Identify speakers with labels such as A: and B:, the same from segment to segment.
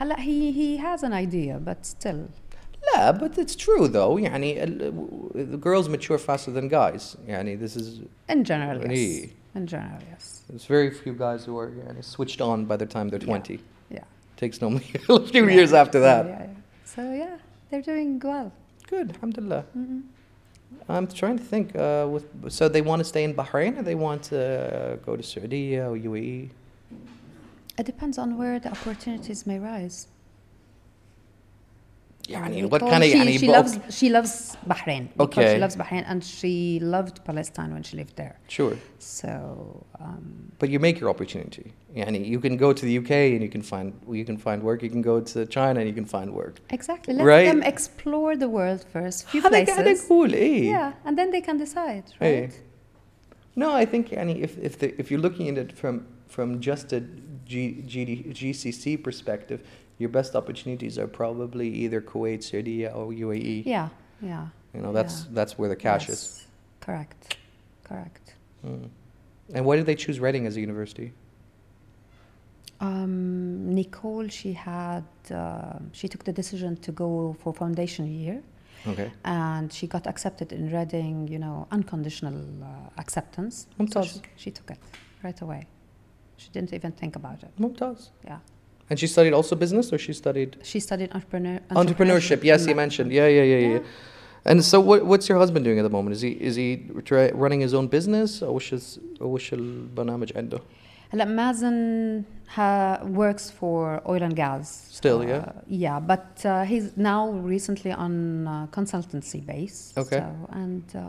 A: هلا he he has an idea but still
B: لا but it's true though يعني ال- the girls mature faster than guys يعني this is
A: in general yes
B: إيه.
A: in general yes
B: there's very few guys who are يعني switched on by the time they're 20
A: yeah
B: takes normally a few
A: Yeah.
B: years after that
A: yeah, yeah, yeah. so yeah they're doing well Mm-hmm.
B: good alhamdulillah I'm trying to think uh, with so they want to stay in Bahrain or they want to uh, go to Saudi or E? UAE
A: it depends on where the opportunities may rise
B: يعني
A: Because
B: what kind of
A: she,
B: يعني
A: she
B: but-
A: loves she loves Bahrain because she
B: Okay.
A: loves Bahrain and she loved Palestine when she lived there
B: Sure.
A: so um,
B: But you make your opportunity. Yani, you can go to the UK and you can find you can find work. You can go to China and you can find work.
A: exactly let
B: Right.
A: them explore the world first few
B: هذا- هذا
A: places
B: cool, eh?
A: yeah and then they can decide
B: Hey.
A: right
B: No, I think yani, if if the, if you're looking at it from from just a G, GD, GCC perspective, your best opportunities are probably either Kuwait, Saudi, or UAE.
A: yeah yeah
B: You know, that's that's where the cash is.
A: Yes. correct correct
B: Mm. And why did they choose Reading as a university?
A: Um, Nicole, she had um she took the decision to go for foundation year,
B: Okay.
A: and she got accepted in Reading. You know, unconditional uh, acceptance. So
B: ممتاز.
A: she, she took it right away. She didn't even think about it.
B: Mumtaz.
A: Yeah,
B: And she studied also business, or she studied
A: she studied entrepreneur
B: entrepreneurship. Yes, you
A: ma-
B: mentioned. Yeah, yeah, yeah, yeah.
A: Mm-hmm. Yeah.
B: And so, what, what's your husband doing at the moment? Is he is he try, running his own business, or وش is- or وش البرنامج عنده?
A: هلا مازن ha, works for oil and gas.
B: Still,
A: Uh,
B: yeah?
A: Yeah, but uh, he's now recently on uh, consultancy base.
B: Okay.
A: So, and uh,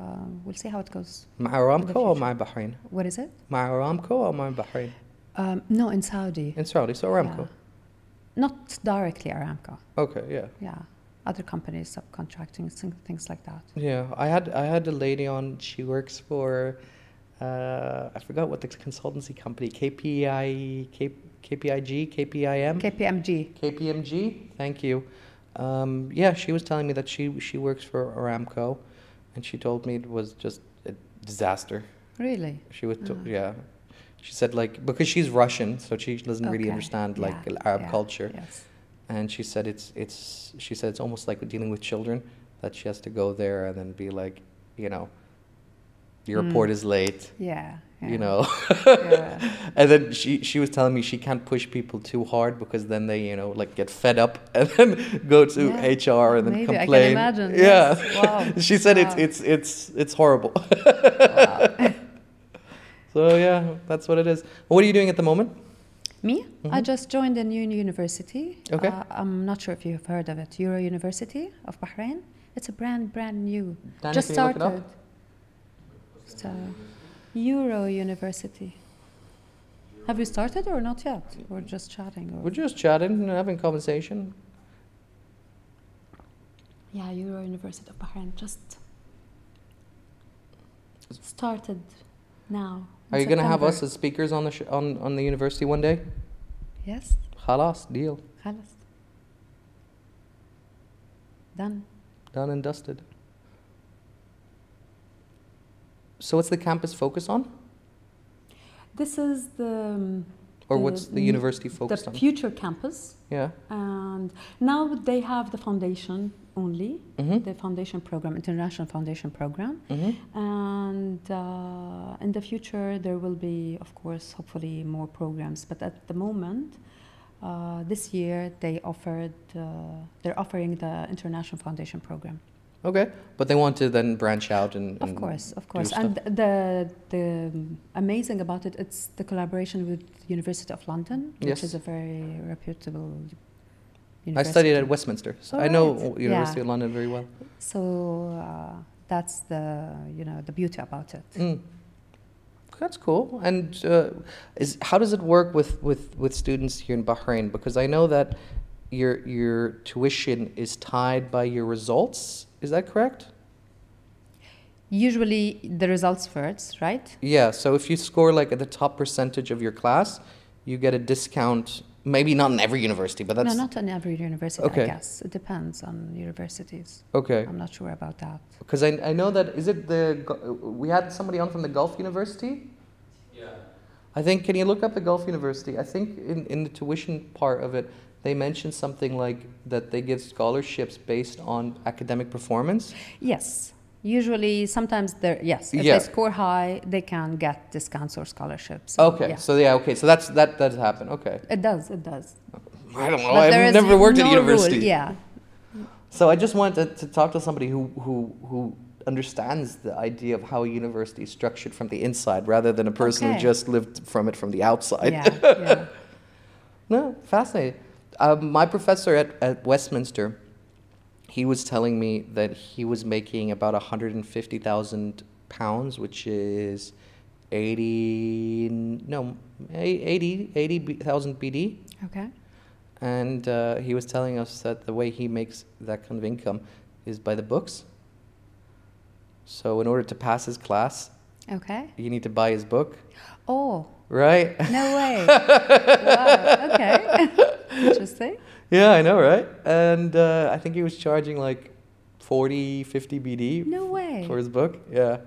A: we'll see how it goes.
B: مع Aramco or مع بحرين?
A: What is it?
B: مع Aramco or مع بحرين?
A: Um, no, in Saudi.
B: In Saudi, so Aramco.
A: Yeah. Not directly Aramco.
B: Okay, yeah.
A: Yeah. Other companies subcontracting thing- things like that.
B: Yeah, I had I had a lady on. She works for, uh, I forgot what the consultancy company KPI K, KPIG KPIM
A: KPMG.
B: KPMG. Thank you. Um, yeah, she was telling me that she she works for Aramco, and she told me it was just a disaster.
A: Really?
B: She was to-
A: Ah.
B: yeah. She said like because she's Russian, so she doesn't really
A: Okay,
B: understand like
A: yeah,
B: Arab
A: yeah,
B: culture
A: Yes.
B: and she said it's it's she said it's almost like dealing with children that she has to go there and then be like you know your
A: Mm.
B: report is late
A: Yeah. yeah.
B: you know
A: Yeah.
B: and then she she was telling me she can't push people too hard because then they you know like get fed up and then go to
A: Yeah.
B: hr and then
A: Maybe, I can
B: complain
A: imagine,
B: yeah
A: yes. Wow.
B: she said
A: Wow.
B: it's it's it's it's horrible
A: Wow.
B: so yeah that's what it is what are you doing at the moment Mm-hmm.
A: Me? I just joined a new university.
B: Okay.
A: Uh, I'm not sure if you've heard of it. Euro University of Bahrain. It's a brand, brand new.
B: Dana,
A: just
B: can you look it up?
A: started. So, Euro University. Have you started or not yet? We're just chatting. Or
B: we're just chatting and having conversation
A: Yeah, Euro University of Bahrain just started now. in
B: Are you going to have us
A: September.
B: as speakers on the sh- on, on the university one day?
A: Yes,
B: Halas, deal.
A: خلاص. Done.
B: Done and dusted. So what's the campus focus on?
A: This is the um,
B: Or
A: The-
B: what's the
A: mm,
B: university
A: the
B: focused on?
A: future campus,
B: Yeah.
A: and now they have the foundation only,
B: Mhm.
A: the foundation program, international foundation program.
B: Mhm.
A: And uh, in the future, there will be, of course, hopefully more programs. But at the moment, uh, this year they offered, uh, they're offering the International Foundation program.
B: Okay. But they want to then branch out and,
A: Of
B: and-
A: course, of course.
B: stuff.
A: And the the amazing about it, it's the collaboration with University of London, which
B: Yes.
A: is a very reputable.
B: I
A: University.
B: studied at Westminster. So I know
A: Alright.
B: University
A: Yeah.
B: of London very well.
A: So uh, that's the you know the beauty about it.
B: Mm. That's cool. And uh, is how does it work with, with, with students here in Bahrain? Because I know that your your tuition is tied by your results. Is that correct?
A: Usually, the results first, right?
B: Yeah. So if you score like at the top percentage of your class, you get a discount. Maybe not in every university, but that's
A: no, not on every university, I
B: Okay.
A: guess. It depends on universities.
B: okay.
A: I'm not sure about that.
B: Because I, I know that is it the Gu- we had somebody on from the Gulf University. I think, can you look up the Gulf University? I think in, in the tuition part of it, they mentioned something like that they give scholarships based on academic performance.
A: Yes. Usually, sometimes they're yes. If
B: Yeah.
A: they score high, they can get discounts or scholarships.
B: Okay,
A: Yeah.
B: so yeah, okay, so that's that does happen. Okay,
A: it does. It does.
B: I don't know.
A: But there
B: I've
A: is
B: never worked at
A: no
B: a
A: rule,
B: university.
A: Yeah.
B: So I just wanted to, to talk to somebody who, who, who understands the idea of how a university is structured from the inside rather than a person who
A: Okay.
B: just lived from it from the outside.
A: yeah. Yeah.
B: No, fascinating. Um, my professor at, at Westminster, he was telling me that he was making about 150,000 pounds, which is 80, no, 80, 80,000 BD.
A: Okay.
B: And uh, he was telling us that the way he makes that kind of income is by the books. So in order to pass his class,
A: Okay.
B: you need to buy his book,
A: Oh
B: right?
A: no way! wow. Okay. Interesting.
B: yeah, I know, right? And uh, I think he was charging like 40, 50 BD
A: No way.
B: for his book. Yeah,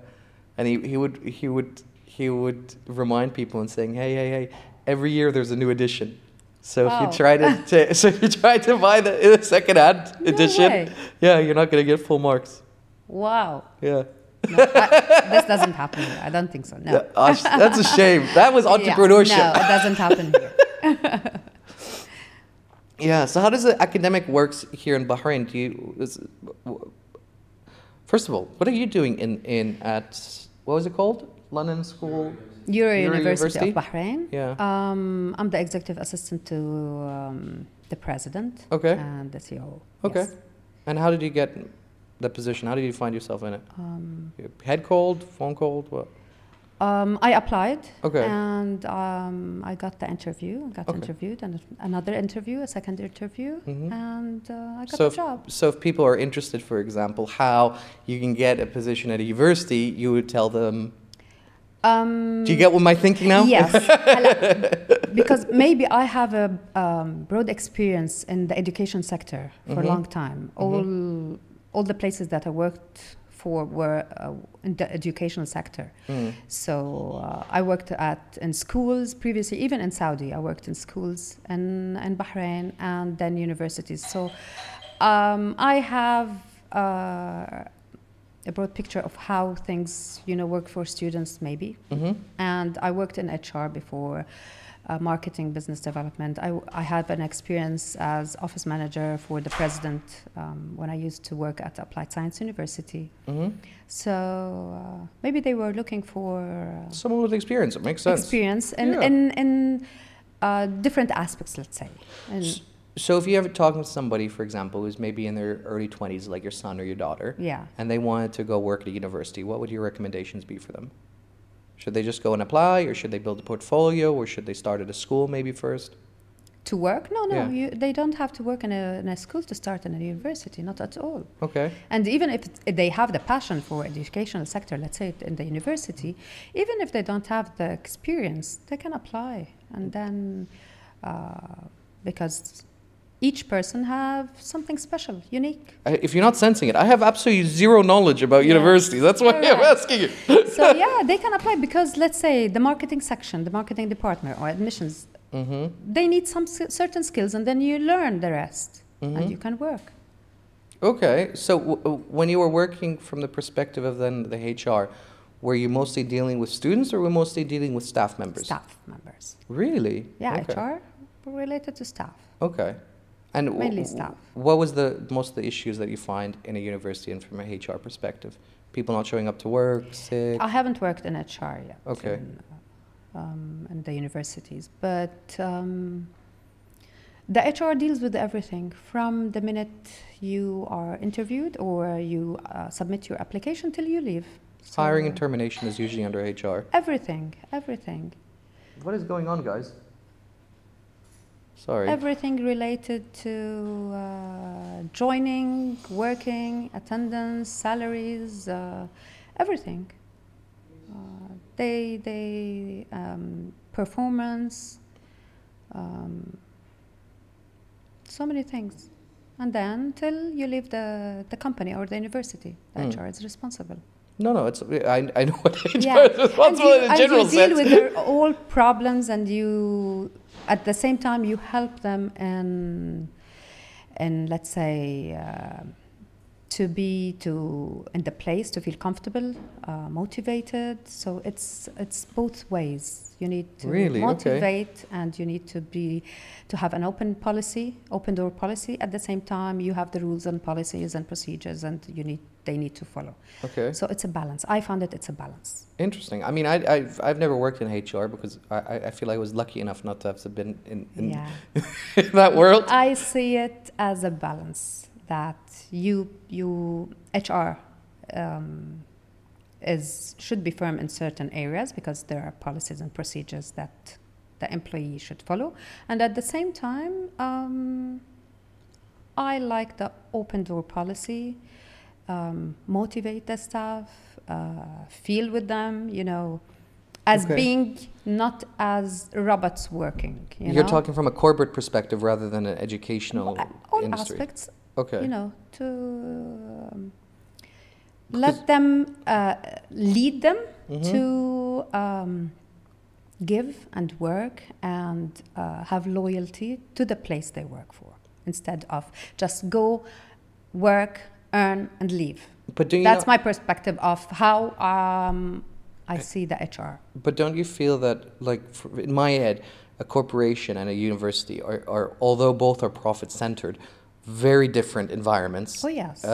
B: and he, he would he would he would remind people and saying, hey hey hey, every year there's a new edition. So if
A: Wow.
B: you try to, to so if you try to buy the second hand
A: No
B: edition,
A: way.
B: yeah, you're not gonna get full marks.
A: Wow.
B: Yeah.
A: No, I- this doesn't happen here. I don't think so. No.
B: Yeah, ah, sh- that's a shame. That was
A: Yeah,
B: entrepreneurship.
A: no, it doesn't happen here.
B: Yeah. So how does the academic works here in Bahrain? Do you? Is, w- first of all, what are you doing in in at what was it called? London School.
A: Euro
B: Euro
A: University,
B: University?
A: of Bahrain.
B: Yeah.
A: Um, I'm the executive assistant to um, the president
B: Okay.
A: and the CEO.
B: Okay.
A: yes.
B: And how did you get that position? How did you find yourself in it?
A: Um,
B: Head cold, phone cold. What?
A: um, I applied.
B: Okay.
A: And um, I got the interview. Got
B: Okay.
A: interviewed and another interview, a second interview,
B: Mhm.
A: and uh, I got
B: So
A: the job.
B: if, so if people are interested, for example, how you can get a position at a university, you would tell them.
A: Um,
B: Do you get what my thinking now?
A: Yes. Hala- because maybe I have a um, broad experience in the education sector for
B: Mhm.
A: a long time. All all the places that I worked for were uh, in the educational sector.
B: Mm.
A: So uh, I worked at in schools previously, even in Saudi. I worked in schools in in Bahrain and then universities. So um, I have uh, a broad picture of how things you know work for students, maybe.
B: Mhm.
A: And I worked in HR before. Uh, marketing, business development. I, I had an experience as office manager for the president um, when I used to work at Applied Science University.
B: Mhm.
A: So uh, maybe they were looking for uh,
B: Someone with experience. It makes sense.
A: experience in
B: Yeah.
A: in, in uh, different aspects, let's say. And-
B: S- So if you ever talking to somebody, for example, who's maybe in their early twenties, like your son or your daughter,
A: yeah.
B: and they wanted to go work at a university, what would your recommendations be for them? Should they just go and apply, or should they build a portfolio, or should they start at a school maybe first?
A: To work? No, no.
B: Yeah.
A: You, they don't have to work in a, in a school to start in a university, not at all.
B: Okay.
A: And even if it's- they have the passion for educational sector, let's say in the university, even if they don't have the experience, they can apply. And then, uh, because each person have something special, unique.
B: I- If you're not sensing it, I have absolutely zero knowledge about
A: Yeah.
B: universities. That's why I'm
A: Correct.
B: asking you.
A: so yeah, they can apply because let's say the marketing section, the marketing department or admissions,
B: hmm
A: they need some s- certain skills, and then you learn the rest,
B: Mhm.
A: and you can work.
B: Okay. So w- w- when you were working from the perspective of then the HR, were you mostly dealing with students, or were you mostly dealing with staff members?
A: Staff members,
B: Really?
A: yeah,
B: Okay.
A: HR related to staff.
B: Okay. And w-
A: Mainly
B: w-
A: staff.
B: What was the most of the issues that you find in a university and from a HR perspective? People not showing up to work, sick.
A: I haven't worked in HR yet.
B: Okay.
A: In, um, in the universities, but um, the HR deals with everything from the minute you are interviewed or you uh, submit your application till you leave. So-
B: Hiring and termination is usually under HR.
A: Everything, everything.
B: What is going on, guys? Sorry.
A: Everything related to uh, joining, working, attendance, salaries, uh, everything. Uh, they, they, um, performance, um, so many things. And then till you leave the, the company or the university, the
B: Mm.
A: HR is responsible.
B: no, no. It's I, I know what HR
A: Yeah.
B: is responsible
A: and you,
B: in a
A: and
B: general
A: you deal
B: sense.
A: with their all problems and you At the same time, you help them in, in let's say, uh, to be to in the place to feel comfortable, uh, motivated. So it's it's both ways. You need to
B: Really? Okay.
A: motivate, and you need to be to have an open policy, open door policy. At the same time, you have the rules and policies and procedures, and you need they need to follow.
B: Okay.
A: So it's a balance. I found it. It's a balance.
B: Interesting. I mean, I, I've, I've never worked in HR because I, I I feel I was lucky enough not to have been in, in,
A: Yeah.
B: in that world.
A: I see it as a balance that you you HR um, is should be firm in certain areas because there are policies and procedures that the employee should follow, and at the same time, um, I like the open door policy. Um, motivate the staff, uh, feel with them, you know, as
B: Okay.
A: being not as robots working. You
B: You're
A: know?
B: talking from a corporate perspective rather than an educational
A: Uh, all
B: industry.
A: aspects
B: Okay.
A: you know to um,
B: Because-
A: let them uh, lead them
B: Mhm.
A: to um, give and work and uh, have loyalty to the place they work for instead of just go work earn and leave
B: but do you
A: that's
B: not-
A: my perspective of how um, i
B: Eh.
A: see the hr
B: But don't you feel that, like, f- in my head, a corporation and a university are, are although both are profit centered, very different environments.
A: Oh, yes.
B: Uh,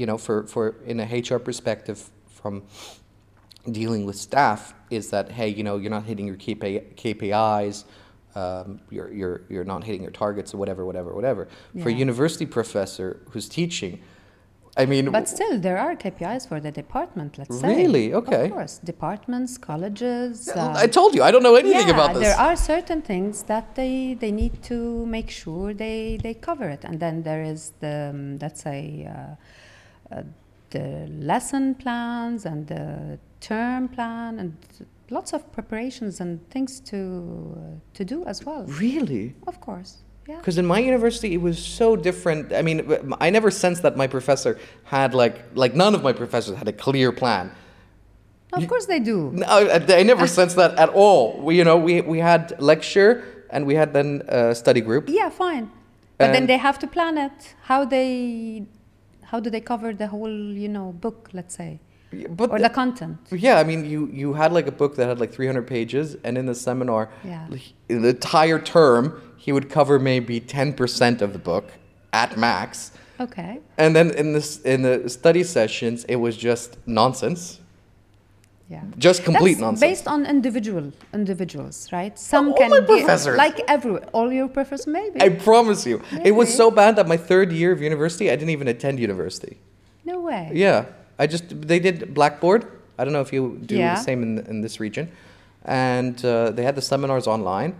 B: you know, for, for in a HR perspective, from dealing with staff, is that hey, you know, you're not hitting your KP, KPIs. Um, you're, you're, you're not hitting your targets or whatever, whatever, whatever. For a
A: Yeah.
B: university professor who's teaching, I mean,
A: But still, there are KPIs for the department, let's say.
B: Really? Okay.
A: Of course. Departments, colleges. uh,
B: I told you, I don't know anything
A: yeah,
B: about this.
A: There are certain things that they, they need to make sure they, they cover it. And then there is the, um, let's say, uh, uh, the lesson plans and the term plan and lots of preparations and things to, uh, to do as well.
B: Really?
A: Of course. Yeah.
B: Because in my university, it was so different. I mean, m- I never sensed that my professor had like like none of my professors had a clear plan.
A: Of course they do.
B: No, I, I never sensed that at all. We, you know, we we had lecture and we had then uh, study group.
A: Yeah, fine. But then
B: And-
A: they have to plan it. How they how do they cover the whole, you know, book, let's say,
B: But
A: or the content?
B: yeah, I mean, you you had like a book that had like 300 pages, and in the seminar,
A: Yeah.
B: like, the entire term he would cover maybe 10% of the book at max.
A: Okay.
B: And then in this in the study sessions, it was just nonsense,
A: Yeah.
B: just complete
A: That's
B: nonsense.
A: based on individual individuals, right? Some
B: Oh, all
A: can
B: my
A: be
B: professors.
A: like every all your professors maybe.
B: I promise you. It was
A: Really?
B: so bad that my third year of university, I didn't even attend university.
A: no way.
B: Yeah. I just, they did Blackboard. I don't know if you do
A: Yeah.
B: the same in, in this region. And uh, they had the seminars online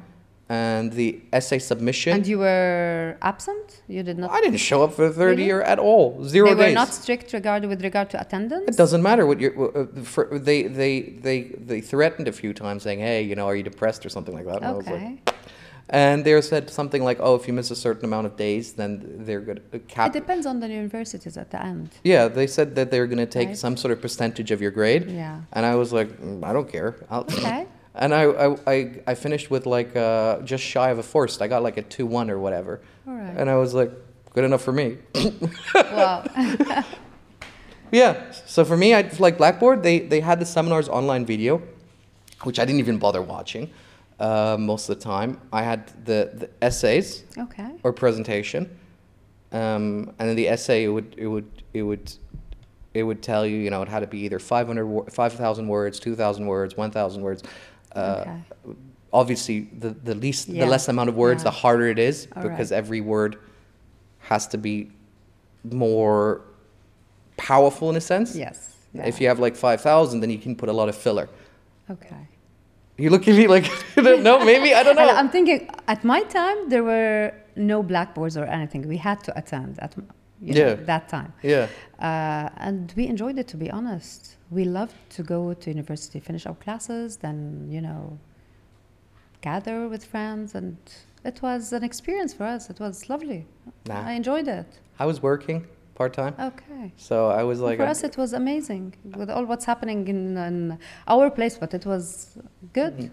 B: and the essay submission.
A: And you were absent? You did not
B: I didn't show up for the third
A: Really?
B: year at all. Zero
A: They were
B: days.
A: not strict regard with regard to attendance?
B: It doesn't matter what you're. uh, Uh, for, they they they they threatened a few times, saying, "Hey, you know, are you depressed or something like that?" And I was like,
A: Okay.
B: and they said something like, "Oh, if you miss a certain amount of days, then they're going to
A: It
B: cap."
A: depends on the universities at the end.
B: Yeah, they said that they were going to take
A: Right.
B: some sort of percentage of your grade.
A: Yeah.
B: And I was like, "Mm, I don't care. I'll
A: Okay.
B: And I, I, I, I finished with like uh, just shy of a forced. I got like a 2 1 or whatever.
A: All right.
B: And I was like, good enough for me.
A: well,
B: yeah. So for me, I like Blackboard, they, they had the seminars online video, which I didn't even bother watching uh, most of the time. I had the, the essays.
A: okay.
B: or presentation, um, and then the essay it would it would it would it would tell you you know it had to be either 500 wo- 5,000 words, two thousand words, one thousand words. Uh,
A: Okay.
B: Obviously, the the least
A: Yeah.
B: the less amount of words,
A: Yeah.
B: the harder it is
A: All
B: because
A: right.
B: every word has to be more powerful in a sense.
A: Yes.
B: If
A: yeah.
B: you have like five thousand, then you can put a lot of filler.
A: Okay.
B: You look at me like I don't know. Maybe I don't know.
A: I'm thinking at my time there were no blackboards or anything. We had to attend at you know,
B: Yeah.
A: that time,
B: yeah.
A: uh, and we enjoyed it. To be honest, we loved to go to university, finish our classes, then you know, gather with friends, and it was an experience for us. It was lovely.
B: Nah.
A: I enjoyed it.
B: I was working part time,
A: Okay.
B: so I was like
A: for
B: a-
A: us, it was amazing with all what's happening in, in our place, but it was good.
B: Mm-hmm.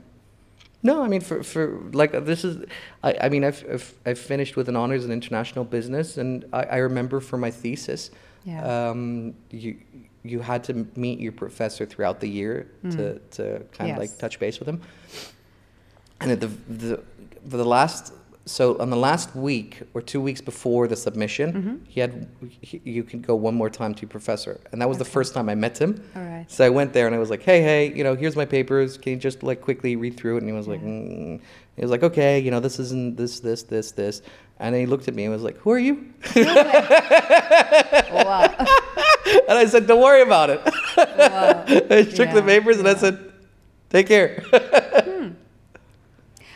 B: No, I mean for for like uh, this is, I, I mean I've, I've I've finished with an honors in international business, and I, I remember for my thesis,
A: Yeah.
B: um, you you had to meet your professor throughout the year to to kind of like
A: Hmm. Yes.
B: touch base with him. And at the the for the last so on the last week or two weeks before the
A: Mm-hmm.
B: submission, he had he, you could go one more time to your professor, and that was the
A: Okay.
B: first time I met him.
A: All right.
B: So I went there and I was like, hey, hey, you know, here's my papers. Can you just like quickly read through it? And he was like,
A: Yeah.
B: mm. he was like, okay, you know, this isn't this, this, this, this. And then he looked at me and was like, who are you?
A: wow.
B: And I said, don't worry about it.
A: wow.
B: I took the
A: Yeah,
B: papers and I
A: yeah.
B: said, take care.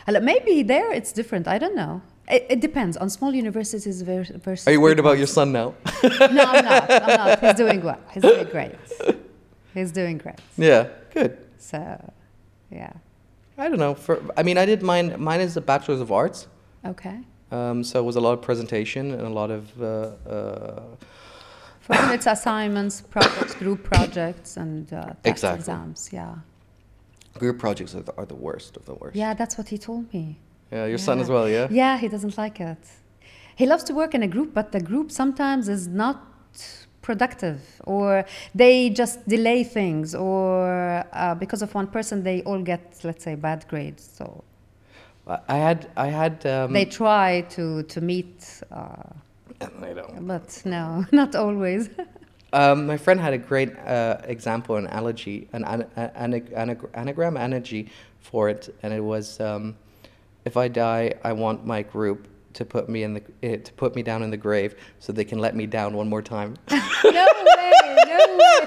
A: Hello, Maybe there it's different. I don't know. It, it depends. On small universities vers- versus.
B: are you worried
A: big
B: about your son now?
A: ones. No, I'm not. I'm not. He's doing well. He's doing great. He's doing great.
B: yeah, good.
A: So, yeah.
B: I don't know. For, I mean, I did mine. Mine is a bachelor's of arts.
A: Okay.
B: Um, so it was a lot of presentation and a lot of, uh, uh,
A: For it's assignments, projects, group projects, and uh, test
B: Exactly.
A: exams. Yeah.
B: group projects are the, are the worst of the worst.
A: Yeah, that's what he told me.
B: Yeah, your son
A: Yeah.
B: as well, yeah?
A: Yeah, he doesn't like it. He loves to work in a group, but the group sometimes is not productive or they just delay things or uh, because of one person they all get let's say bad grades so
B: I I had, I had, um,
A: they try to to meet uh,
B: I don't.
A: but no not always
B: Um, my friend had a great uh, example, an allergy, an, an, an, an anagram energy for it, and it was, um, if I die, I want my group to put me in the eh, to put me down in the grave so they can let me down one more time.
A: no way no way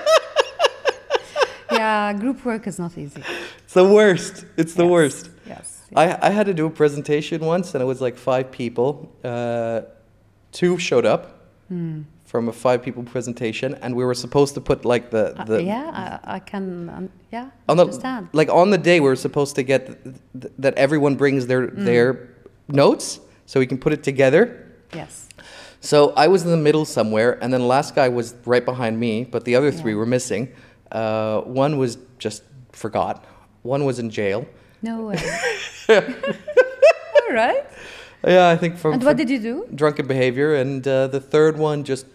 A: yeah group work is not easy
B: It's the worst. It's the
A: Yes,
B: worst.
A: yes
B: I, I had to do a presentation once, and it was like five people. Uh, two showed up
A: Hmm.
B: from a five people presentation, and we were supposed to put like the,
A: Uh,
B: the Oh,
A: yeah I, I can um, yeah
B: on the
A: understand
B: like on the day we were supposed to get th- th- that everyone brings their
A: Mm.
B: their notes so we can put it together.
A: yes
B: So I was in the middle somewhere, and then the last guy was right behind me, but the other three
A: Yeah.
B: were missing. Uh, one was just forgot. One was in jail.
A: No way. All right.
B: Yeah, I think from,
A: And what
B: from
A: did you do?
B: drunken behavior, and uh, the third one just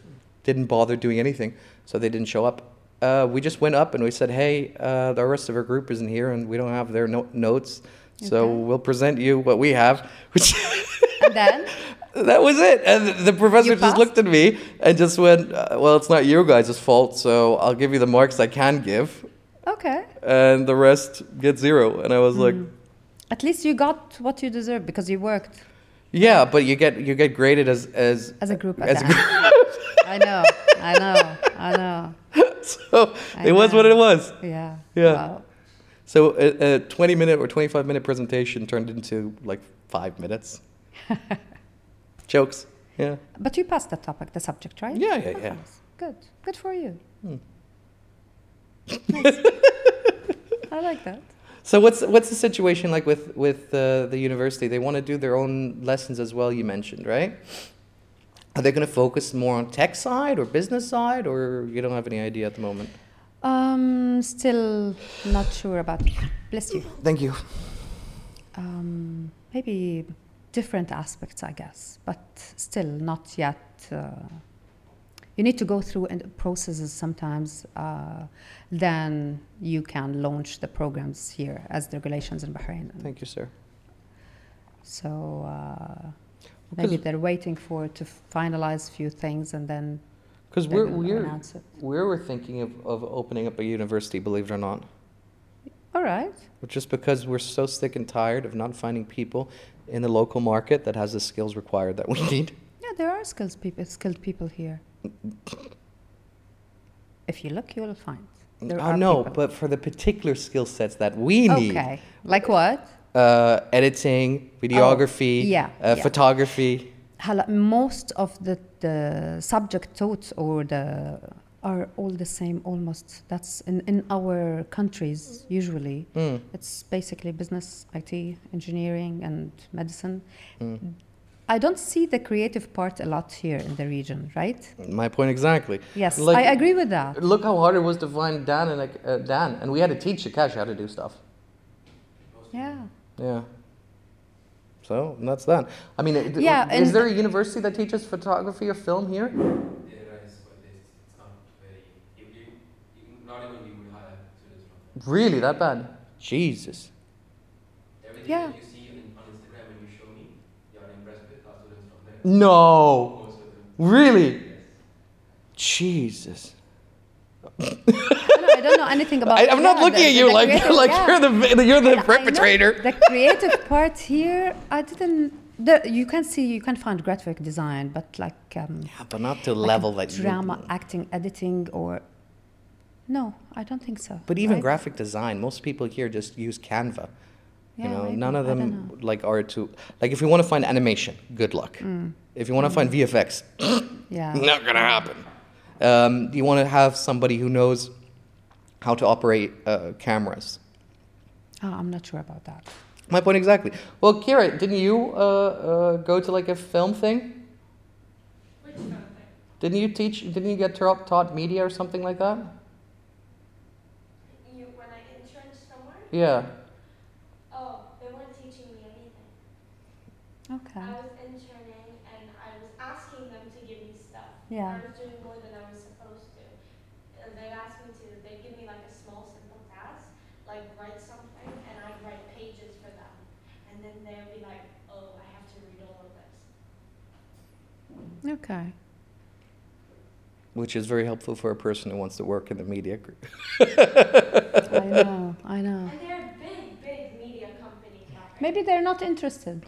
B: didn't bother doing anything, so they didn't show up. Uh, we just went up and we said, "Hey, uh, the rest of our group isn't here, and we don't have their no- notes, so
A: Okay.
B: we'll present you what we have." Which
A: And then?
B: that was it. And the professor just
A: passed?
B: looked at me and just went, uh, "Well, it's not your guys' fault, so I'll give you the marks I can give,
A: Okay.
B: and the rest get zero. And I was
A: Mm.
B: like,
A: At least you got what you deserve because you worked
B: "Yeah, but you get you get graded as as
A: as a group.
B: as
A: As
B: a group."
A: I know. I know. I know.
B: so
A: I
B: it was what
A: know.
B: it was."
A: Yeah.
B: Yeah.
A: Wow.
B: So a, a 20 minute or 25 minute presentation turned into like five minutes. Jokes. Yeah.
A: But you passed the topic, the subject, right?
B: Yeah, yeah,
A: Of
B: yeah.
A: course. Good. Good for you.
B: Hmm.
A: Nice. I like that.
B: So what's what's the situation like with with uh, the university? They want to do their own lessons as well. You mentioned, right? Are they going to focus more on tech side or business side, or you don't have any idea at the moment?
A: Um, still not sure about it. Bless you.
B: Thank you.
A: um, maybe different aspects, I guess, but still not yet. Uh, you need to go through and processes sometimes, uh, then you can launch the programs here as the regulations in Bahrain.
B: Thank you, sir.
A: So uh, maybe
B: Because-
A: they're waiting for to finalize few things and then
B: Because
A: they're
B: we're
A: going to
B: we're
A: announce it.
B: we're thinking of, of opening up a university, believe it or not.
A: All right.
B: just because we're so sick and tired of not finding people in the local market that has the skills required that we need.
A: Yeah, there are skilled people, skilled people here. If you look, you will find. There
B: I
A: are
B: know,
A: people.
B: but for the particular skill sets that we need,
A: Okay. Like what?
B: uh, editing, videography,
A: Oh, yeah,
B: uh,
A: yeah.
B: photography.
A: Hala, most of the, the subject taught or the are all the same almost. That's in, in our countries usually.
B: Mm.
A: It's basically business, IT, engineering, and medicine.
B: Hmm.
A: I don't see the creative part a lot here in the region, right?
B: My point exactly.
A: Yes,
B: Like-
A: I agree with that.
B: Look how hard it was to find Dan and uh, Dan, and we had to teach Akash how to do stuff.
A: Yeah,
B: Yeah. So and that's that. I mean, it-
A: Yeah,
B: is
A: and-
B: there a university that teaches photography or film here?
C: There is, but it's, it's not very. You, you, you- not even you would have students from there.
B: Really, that bad? Jesus.
C: Everything
A: Yeah.
C: that you see in, on Instagram and you show me, you are impressed with our students from there.
B: No.
C: Most of them.
B: Really?
C: Yes.
B: Jesus.
A: No, I don't know anything about.
B: I, I'm not
A: yeah,
B: looking
A: the-
B: at you
A: the
B: like
A: creative-
B: like
A: yeah.
B: you're the vi- you're the
A: Yeah, I know.
B: perpetrator.
A: The creative part here, I didn't. The, you can see, you can find graphic design, but like um,
B: Yeah, but not to the
A: like
B: level that
A: drama,
B: you.
A: acting, editing, or no, I don't think so.
B: But even
A: right?
B: graphic design, most people here just use Canva.
A: Yeah,
B: you know,
A: maybe.
B: none of
A: I don't
B: them
A: know.
B: like are to like if you want to find animation, good luck. If you want to find VFX,
A: Mm. Yeah.
B: not gonna happen. Um, you want to have somebody who knows how to operate uh, cameras.
A: Oh, I'm not sure about that.
B: My point exactly. Well, Kira, didn't you uh, uh, go to like a film thing?
D: Which kind of thing?
B: Didn't you teach? Didn't you get taught, taught media or something like that?
D: You, when I interned somewhere,
B: Yeah.
D: oh, they weren't teaching me anything.
A: Okay.
D: I was interning and I was asking them to give me stuff.
A: Yeah.
D: I was doing more than I was supposed to. And they'd ask me to, they'd give me like a small simple task, like write something, and I'd write pages for them. And then they'd be like, oh, I have to read all of this.
A: Okay.
B: Which is very helpful for a person who wants to work in the media group.
A: I know. I know.
D: And they're a big, big media company, Catherine. Mm-hmm.
A: Maybe they're not interested.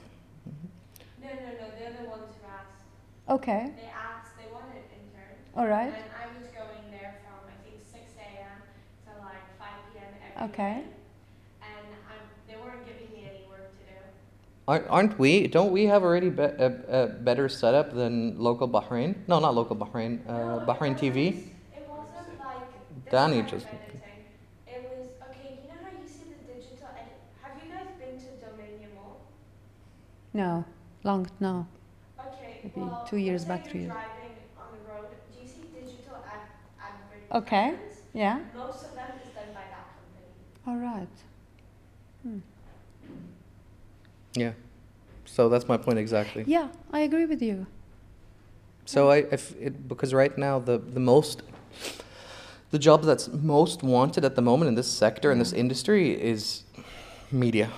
D: No, no, no, they're the ones who asked.
A: Okay.
D: They asked, they wanted an intern.
A: All right.
D: And I was going there from I think six AM to like five PM every
A: Okay.
D: day. And I'm, they weren't giving me any work to do.
B: Aren't, aren't we? Don't we have already be, a, a better setup than local Bahrain? No, not local Bahrain.
D: No,
B: Uh,
D: it
B: Bahrain TV.
D: wasn't- It wasn't like. this
B: Danny
D: kind of
B: just-
D: editing. It was, okay, you know how you see the digital edit, have you guys been to Dominion Mall?
A: No. Long. No.
D: Okay,
A: Maybe
D: well,
A: two years
D: let's say
A: back,
D: you're
A: three years.
D: Driving on the road, do you see digital ad, advertisements?
A: Okay. Yeah.
D: Most of them is done by that company.
A: All right.
B: Yeah. So that's my point exactly.
A: Yeah, I agree with you.
B: So I, if it, because right now the the most the job that's most wanted at the moment in this sector in this
A: Mm-hmm.
B: industry is media,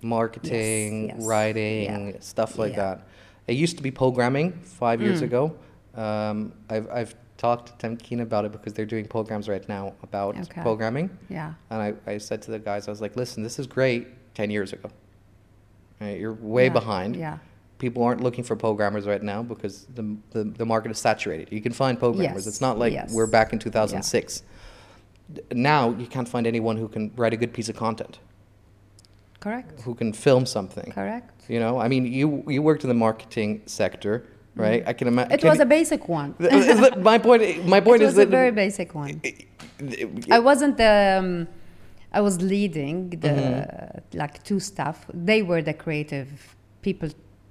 B: marketing,
A: yes,
B: writing,
A: yeah,
B: stuff like
A: yeah.
B: that. It used to be programming five years
A: Mm.
B: ago. Um, I've I've talked to Temkeen about it because they're doing programs right now about
A: Okay.
B: programming.
A: Yeah.
B: And I, I said to the guys, I was like, listen, this is great 10 years ago. Right, you're way
A: Yeah,
B: behind.
A: Yeah.
B: People aren't looking for programmers right now because the, the, the market is saturated. You can find programmers.
A: Yes,
B: It's not like
A: yes.
B: we're back in 2006. D- Now you can't find anyone who can write a good piece of content,
A: Correct.
B: who can film something.
A: Correct.
B: You know, I mean, you, you worked in the marketing sector, right? I can imagine.
A: Mm-hmm. It was a basic one.
B: my point. My
A: It
B: point
A: was
B: is
A: a
B: that
A: very basic one. I
B: I,
A: wasn't the. Um, I was leading the
B: Mm-hmm.
A: like two staff. They were the creative people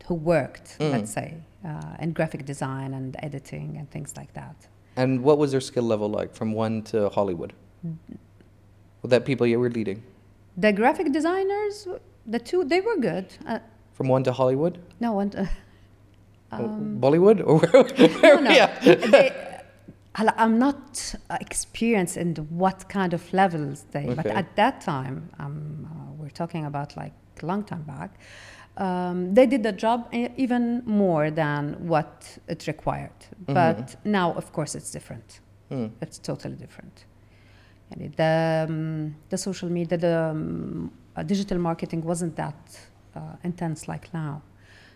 A: who worked,
B: Mm.
A: let's say, uh, in graphic design and editing and things like that.
B: And what was their skill level like from one to Hollywood?
A: Mm-hmm.
B: With that people you were leading?
A: The graphic designers, the two, they were good. Uh,
B: From one to Hollywood?
A: no one. Uh,
B: Or Bollywood? Or where, where
A: Um, no, no.
B: we at?
A: They- Hala, I'm not uh, experienced in the- what kind of levels they, but
B: Okay.
A: at that time, um, uh, we're talking about like a long time back, um, they did the job e- even more than what it required. But now, of course, it's different.
B: Hmm.
A: It's totally different. And the, um, the social media, the um, uh, digital marketing wasn't that uh, intense like now.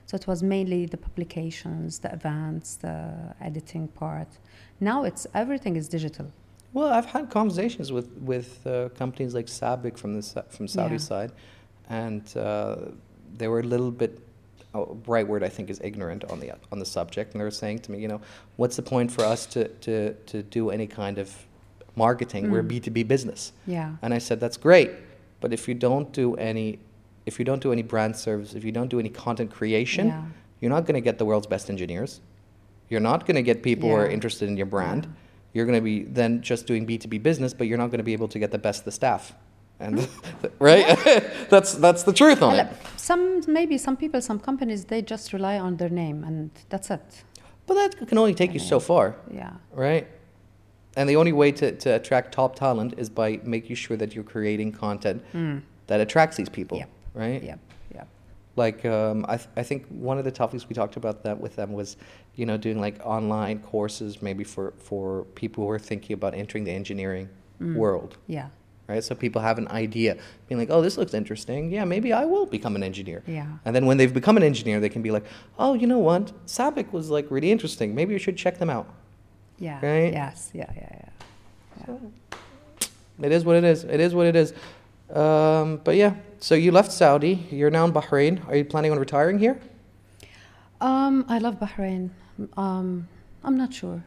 A: So it was mainly the publications, the events, the editing part. Now it's everything is digital.
B: Well, I've had conversations with, with uh, companies like Sabic from, the, Sa- from Saudi
A: Yeah.
B: side, and uh, they were a little bit, oh, right word I think is ignorant on the, on the subject. And they were saying to me, you know, what's the point for us to, to, to do any kind of marketing?
A: Hmm.
B: We're a B2B business.
A: Yeah.
B: And I said, that's great, but if you don't do any, if you don't do any brand service, if you don't do any content creation,
A: Yeah.
B: you're not going to get the world's best engineers. You're not going to get people who are
A: Yeah.
B: interested in your brand.
A: Yeah.
B: You're going to be then just doing B2B business, but you're not going to be able to get the best of the staff. and right, that's that's the truth on it.
A: Hella, uh, Some maybe some people, some companies, they just rely on their name and that's it.
B: But that can only take you so far,
A: Yeah.
B: right? And the only way to, to attract top talent is by making sure that you're creating content that attracts these people,
A: Yep.
B: right?
A: Mm. Yep. Yep.
B: Like um, I, th- I think one of the topics we talked about that with them was, you know, doing like online courses maybe for, for people who are thinking about entering the engineering
A: Hmm.
B: world,
A: Mm. Yeah.
B: right? So people have an idea, being like, oh, this looks interesting. Yeah, maybe I will become an engineer.
A: Yeah.
B: And then when they've become an engineer, they can be like, oh, you know what? Sabic was like really interesting. Maybe you should check them out.
A: Yeah.
B: Right?
A: Yes. Yeah. Yeah. Yeah.
B: It is what it is. It is what it is. Um, but yeah, so you left Saudi. You're now in Bahrain. Are you planning on retiring here?
A: Um, I love Bahrain. Um, I'm not sure.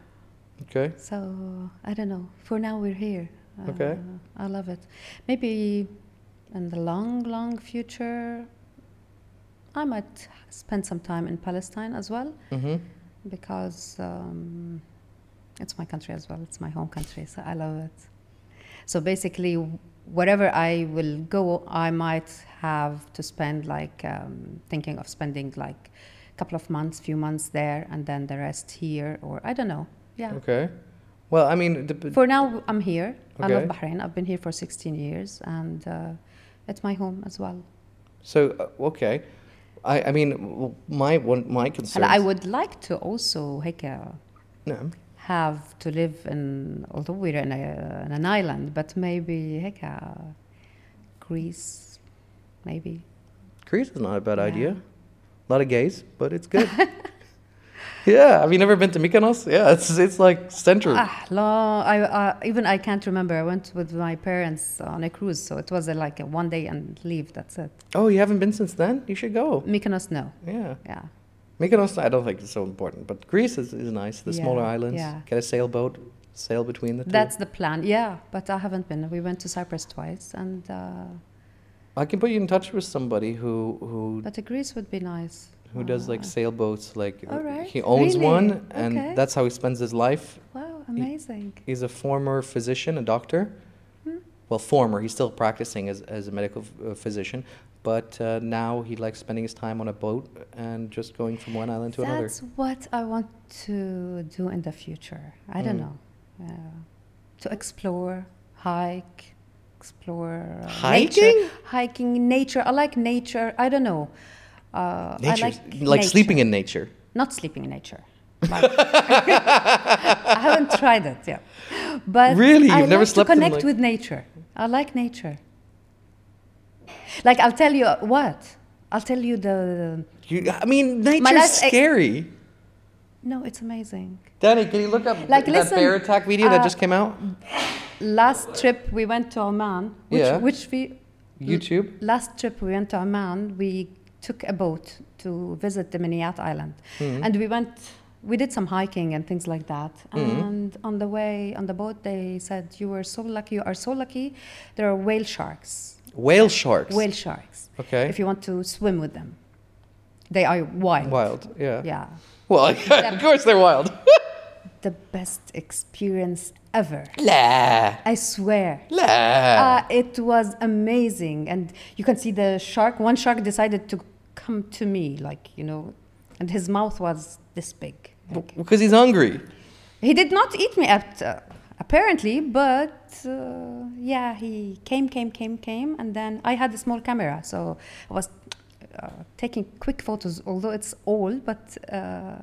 B: Okay.
A: So I don't know. For now, we're here. Uh,
B: Okay.
A: I love it. Maybe in the long, long future, I might spend some time in Palestine as well
B: Mm-hmm.
A: because um, it's my country as well. It's my home country, so I love it. So basically, wherever I will go, I might have to spend like um, thinking of spending like a couple of months, few months there, and then the rest here, or I don't know. Yeah.
B: Okay. Well, I mean, the,
A: For now, I'm here. I love
B: Okay.
A: Bahrain. I've been here for 16 years, and uh, it's my home as well.
B: so uh, okay. I, I mean, w- my one my concern.
A: And I would like to also هيك, uh,
B: No.
A: have to live in, although we're in, a, in an island, but maybe هيك, uh, Greece, maybe.
B: Greece is not a bad
A: Yeah.
B: idea. A lot of gays, but it's good. yeah. Have you never been to Mykonos? Yeah, it's it's like central.
A: Ah, long, I, uh, even I can't remember. I went with my parents on a cruise, so it was a, like a one day and leave. That's it.
B: Oh, you haven't been since then? You should go.
A: Mykonos, no.
B: Yeah.
A: Yeah.
B: Mykonos, I don't think it's so important, but Greece is, is nice. The smaller
A: Yeah,
B: islands,
A: yeah.
B: get a sailboat, sail between the two.
A: That's the plan. Yeah, but I haven't been. We went to Cyprus twice, and uh,
B: I can put you in touch with somebody who who
A: but Greece would be nice.
B: who does like
A: Uh,
B: sailboats. Like
A: All right,
B: he owns
A: really?
B: one, and
A: Okay.
B: that's how he spends his life.
A: wow, amazing.
B: He's a former physician, a doctor.
A: Hmm?
B: Well, former. He's still practicing as as a medical uh, physician, but uh, now he likes spending his time on a boat and just going from one island to another.
A: That's what I want to do in the future. I don't
B: Mm.
A: know. Uh, to explore, hike, explore uh, nature,
B: Hiking?
A: hiking nature. I like nature. I don't know. Uh,
B: Nature,
A: I like,
B: like sleeping
A: nature.
B: in nature.
A: not sleeping in nature. Like- I haven't tried it yet, but
B: Really?
A: I
B: You've never
A: like
B: slept
A: to
B: in,
A: connect
B: like-
A: with nature. I like nature. Like I'll tell you what. I'll tell you the.
B: You, I mean,
A: last
B: nature's
A: ex-
B: scary.
A: No, it's amazing.
B: Danny, can you look up
A: Like,
B: that
A: listen,
B: bear attack video that
A: uh,
B: just came out?
A: last trip we went to Oman. Which,
B: Yeah.
A: Which we
B: YouTube.
A: last trip we went to Oman. We took a boat to visit the Miniat Island,
B: Hmm.
A: and we went. We did some hiking and things like that. And on the way on the boat, they said, "You were so lucky. You are so lucky. There are whale sharks.
B: Whale sharks.
A: Whale sharks.
B: Okay.
A: If you want to swim with them, they are wild.
B: wild. Yeah.
A: Yeah.
B: Well, of course they're wild.
A: The best experience ever.
B: La.
A: I swear.
B: La.
A: Uh, it was amazing, and you can see the shark. One shark decided to come to me, like you know, and his mouth was this big. Like,
B: because he's hungry.
A: he did not eat me at, uh, apparently, but uh, yeah, he came, came, came, came, and then I had a small camera, so I was uh, taking quick photos. Although it's old, but uh,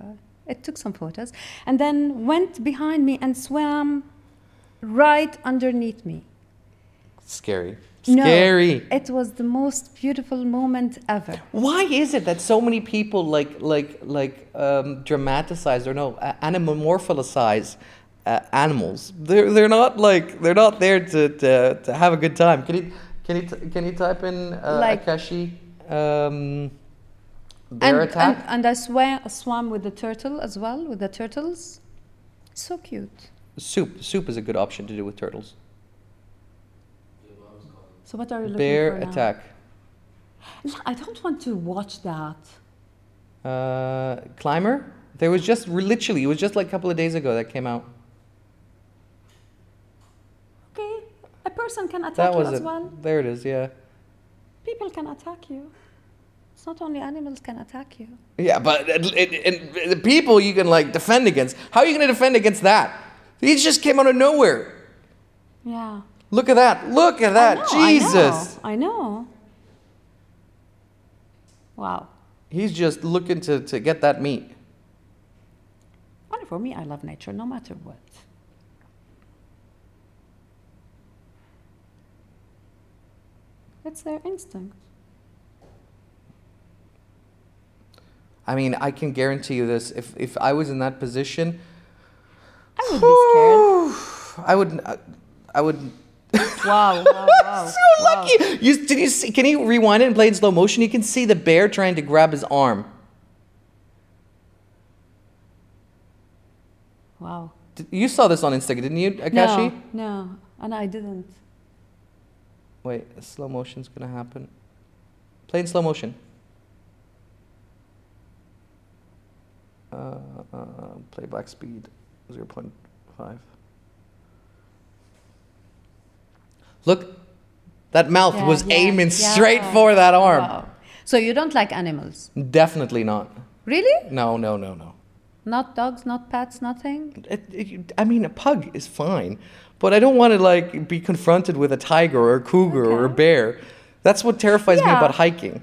A: it took some photos, and then went behind me and swam right underneath me.
B: Scary.
A: No,
B: Scary.
A: It was the most beautiful moment ever.
B: Why is it that so many people like like like um, dramatize or no uh, anamorphologize uh, animals? They're they're not like they're not there to, to, to have a good time. Can you can you t- can you type in uh,
A: Like-
B: Akashi um, bear
A: And, and,
B: attack?
A: and I swam, swam with the turtle as well, with the turtles. So cute.
B: soup soup is a good option to do with turtles.
C: Your mom's calling.
A: So what are you looking
B: Bear
A: for now?
B: attack.
A: No, I don't want to watch that.
B: Uh, climber. There was just literally it was just like a couple of days ago that came out.
A: Okay, a person can attack
B: That
A: you
B: was
A: as
B: it.
A: well.
B: There it is. Yeah.
A: People can attack you. It's not only animals can attack you.
B: Yeah, but it, it, it, the people you can like defend against. How are you going to defend against that? He just came out of nowhere.
A: Yeah.
B: Look at that. Look at
A: I
B: that.
A: know, I
B: Jesus.
A: know, I know. Wow.
B: He's just looking to, to get that meat.
A: Well, for me, I love nature no matter what. It's their instinct.
B: I mean, I can guarantee you this. If if I was in that position,
A: I would be
B: I would I, I would
A: scared. Wow, wow, wow.
B: so
A: wow.
B: lucky. You did you see, can you rewind it and play in slow motion? You can see the bear trying to grab his arm.
A: Wow.
B: D- You saw this on Instagram, didn't you, Akashi?
A: No, no, and I didn't.
B: Wait, slow motion's gonna happen. Play in slow motion. Uh, uh, play black speed, zero point five. Look, that mouth
A: Yeah,
B: was
A: yeah,
B: aiming
A: yeah.
B: straight for that arm.
A: Wow. So you don't like animals?
B: Definitely not.
A: Really?
B: No, no, no, no.
A: Not dogs, not pets, nothing?
B: It, it, I mean, a pug is fine, but I don't want to like be confronted with a tiger or a cougar or a
A: Okay.
B: bear. That's what terrifies me
A: Yeah.
B: about hiking.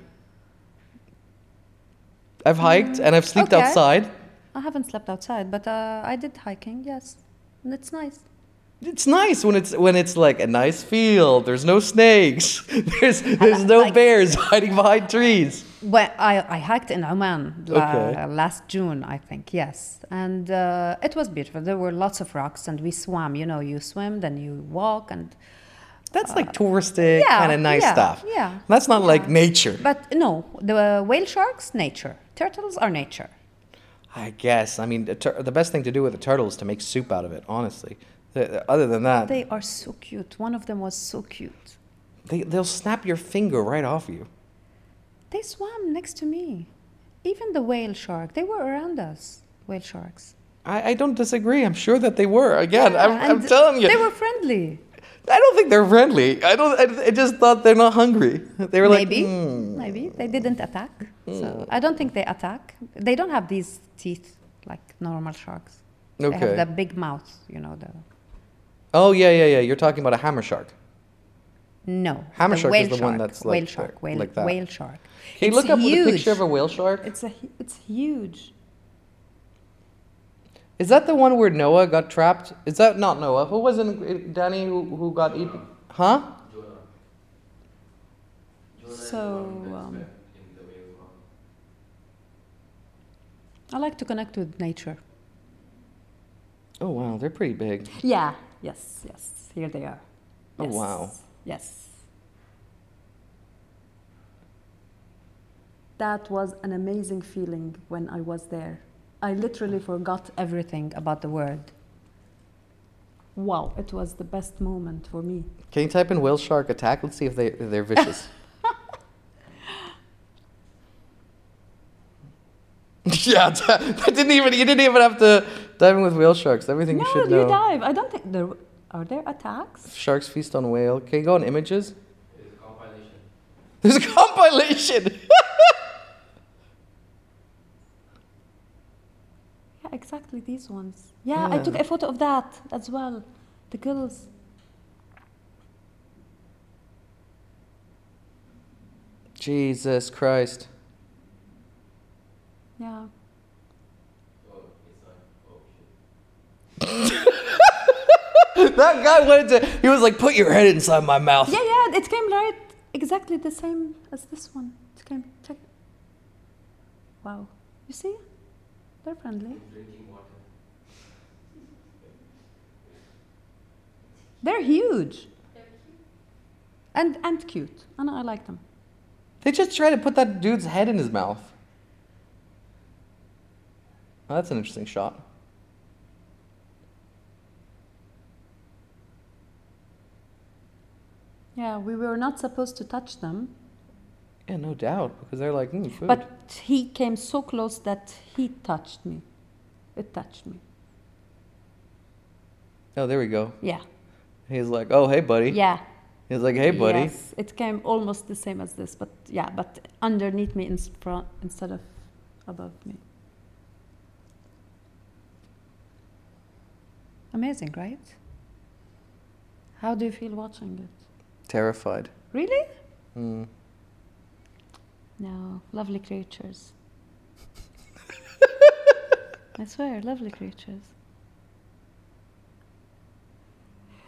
B: I've hiked and I've slept
A: Okay.
B: outside.
A: I haven't slept outside, but uh, I did hiking, yes. And it's nice.
B: It's nice when it's when it's like a nice field. There's no snakes. There's there's no
A: Like-
B: bears hiding behind trees.
A: Well, I, I hiked in Oman la-
B: Okay.
A: last June, I think, yes. And uh, it was beautiful. There were lots of rocks, and we swam. You know, you swim, then you walk, and
B: That's like touristic
A: Uh, yeah,
B: kind of nice
A: yeah,
B: stuff.
A: yeah,
B: That's not like
A: yeah.
B: nature.
A: but no, the whale sharks, nature. Turtles are nature.
B: I guess. I mean, the, tur- the best thing to do with a turtle is to make soup out of it. Honestly, The- the- other than that,
A: They are so cute. One of them was so cute.
B: They, they'll snap your finger right off you.
A: They swam next to me. Even the whale shark, they were around us. Whale sharks.
B: I, I don't disagree. I'm sure that they were. Again, I'm,
A: Yeah,
B: I'm
A: and
B: telling you.
A: They were friendly.
B: I don't think they're friendly. I don't. I, I just thought they're not hungry. They were
A: maybe,
B: like, "Hmm."
A: maybe they didn't attack. So I don't think they attack. They don't have these teeth like normal sharks. They
B: Okay.
A: have the big mouth, you know. The
B: Oh yeah, yeah, yeah. You're talking about a hammer shark.
A: no
B: Hammer
A: the
B: shark is
A: whale
B: the one
A: shark,
B: that's
A: whale
B: like
A: shark,
B: that-
A: whale,
B: like that.
A: whale shark.
B: Can you
A: It's
B: look up with a
A: huge.
B: picture of a whale shark?
A: It's a hu- it's huge.
B: Is that the one where Noah got trapped? Is that not Noah? Who wasn't Danny who, who got eaten? Huh?
C: Jonah. Jonah is the
A: So,
C: one that's
A: um,
C: left in the whale pond.
A: I like to connect with nature.
B: Oh wow, they're pretty big.
A: Yeah. Yes. Yes. Here they are.
B: Oh, wow.
A: Yes. That was an amazing feeling when I was there. I literally forgot everything about the world. Wow, it was the best moment for me.
B: Can you type in whale shark attack? Let's see if they if they're vicious. yeah, that didn't even you didn't even have to diving with whale sharks. Everything you
A: no,
B: should know.
A: you dive. I don't think there are there attacks.
B: Sharks feast on whale. Can you go on images?
C: It's a compilation.
B: There's a compilation.
A: Yeah, exactly these ones. Yeah, I took
B: Yeah.
A: a photo of that as well. The girls.
B: Jesus Christ.
A: Yeah.
C: Oh, it's not. Oh, shit.
B: That guy wanted to. He was like, "Put your head inside my mouth."
A: Yeah, yeah, it came right exactly the same as this one. It came check. Wow. You see? They're friendly.
C: It's drinking water.
A: They're huge. And and cute. And I like them.
B: They just tried to put that dude's head in his mouth. Oh, that's an interesting shot.
A: Yeah, we were not supposed to touch them.
B: Yeah, no doubt, because they're like, mm, food.
A: But he came so close that he touched me. It touched me.
B: oh, there we go.
A: Yeah.
B: He's like, oh, hey, buddy.
A: Yeah.
B: It's like, hey, buddy.
A: Yes, it came almost the same as this, but yeah, but underneath me in front instead of above me. Amazing, right? How do you feel watching it?
B: Terrified.
A: Really?
B: Mm.
A: No, lovely creatures. I swear, lovely creatures.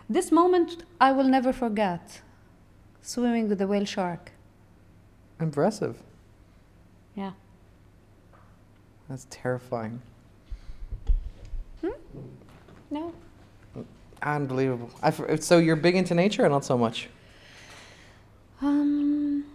A: This moment I will never forget. Swimming with the whale shark.
B: Impressive.
A: Yeah.
B: That's terrifying.
A: No.
B: Unbelievable. I f- so you're big into nature or not so much?
A: Um,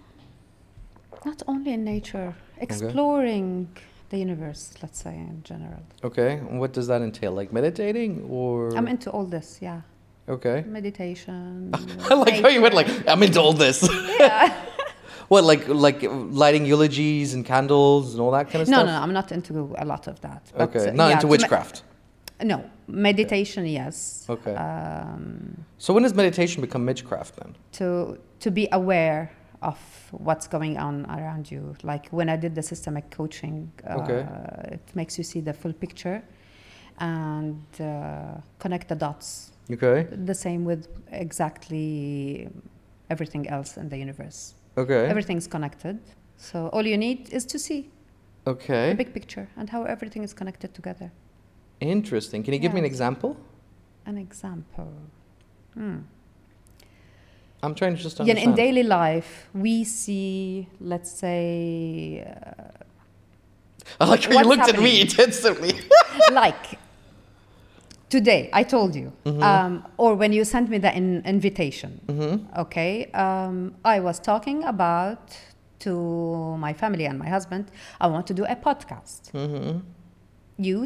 A: not only in nature, exploring the universe, let's say in general.
B: Okay. and What does that entail? Like meditating or?
A: I'm into all this, yeah.
B: okay.
A: Meditation.
B: I like how you went like I'm into all this.
A: yeah.
B: what like like lighting eulogies and candles and all that kind of
A: no, no,
B: stuff?
A: no, I'm not into a lot of that. but,
B: Okay.
A: uh,
B: Not
A: yeah,
B: into
A: to me-
B: witchcraft.
A: no, meditation, yes.
B: Okay.
A: Um,
B: so when does meditation become witchcraft then?
A: to to be aware of what's going on around you. Like when I did the systemic coaching, uh,
B: Okay.
A: it makes you see the full picture and uh, connect the dots.
B: Okay.
A: The same with exactly everything else in the universe.
B: Okay.
A: Everything's connected. So all you need is to see the
B: okay.
A: big picture and how everything is connected together.
B: Interesting. Can you give me
A: Yeah.
B: an example?
A: An example. Hmm.
B: I'm trying to just
A: Yeah, in
B: understand.
A: daily life, we see, let's say, uh,
B: I like how you
A: What's
B: looked at me
A: happening?
B: intensively.
A: like today, I told you, um, or when you sent me the in- invitation,
B: mm-hmm.
A: okay, um, I was talking about to my family and my husband, I want to do a podcast.
B: Mm-hmm.
A: You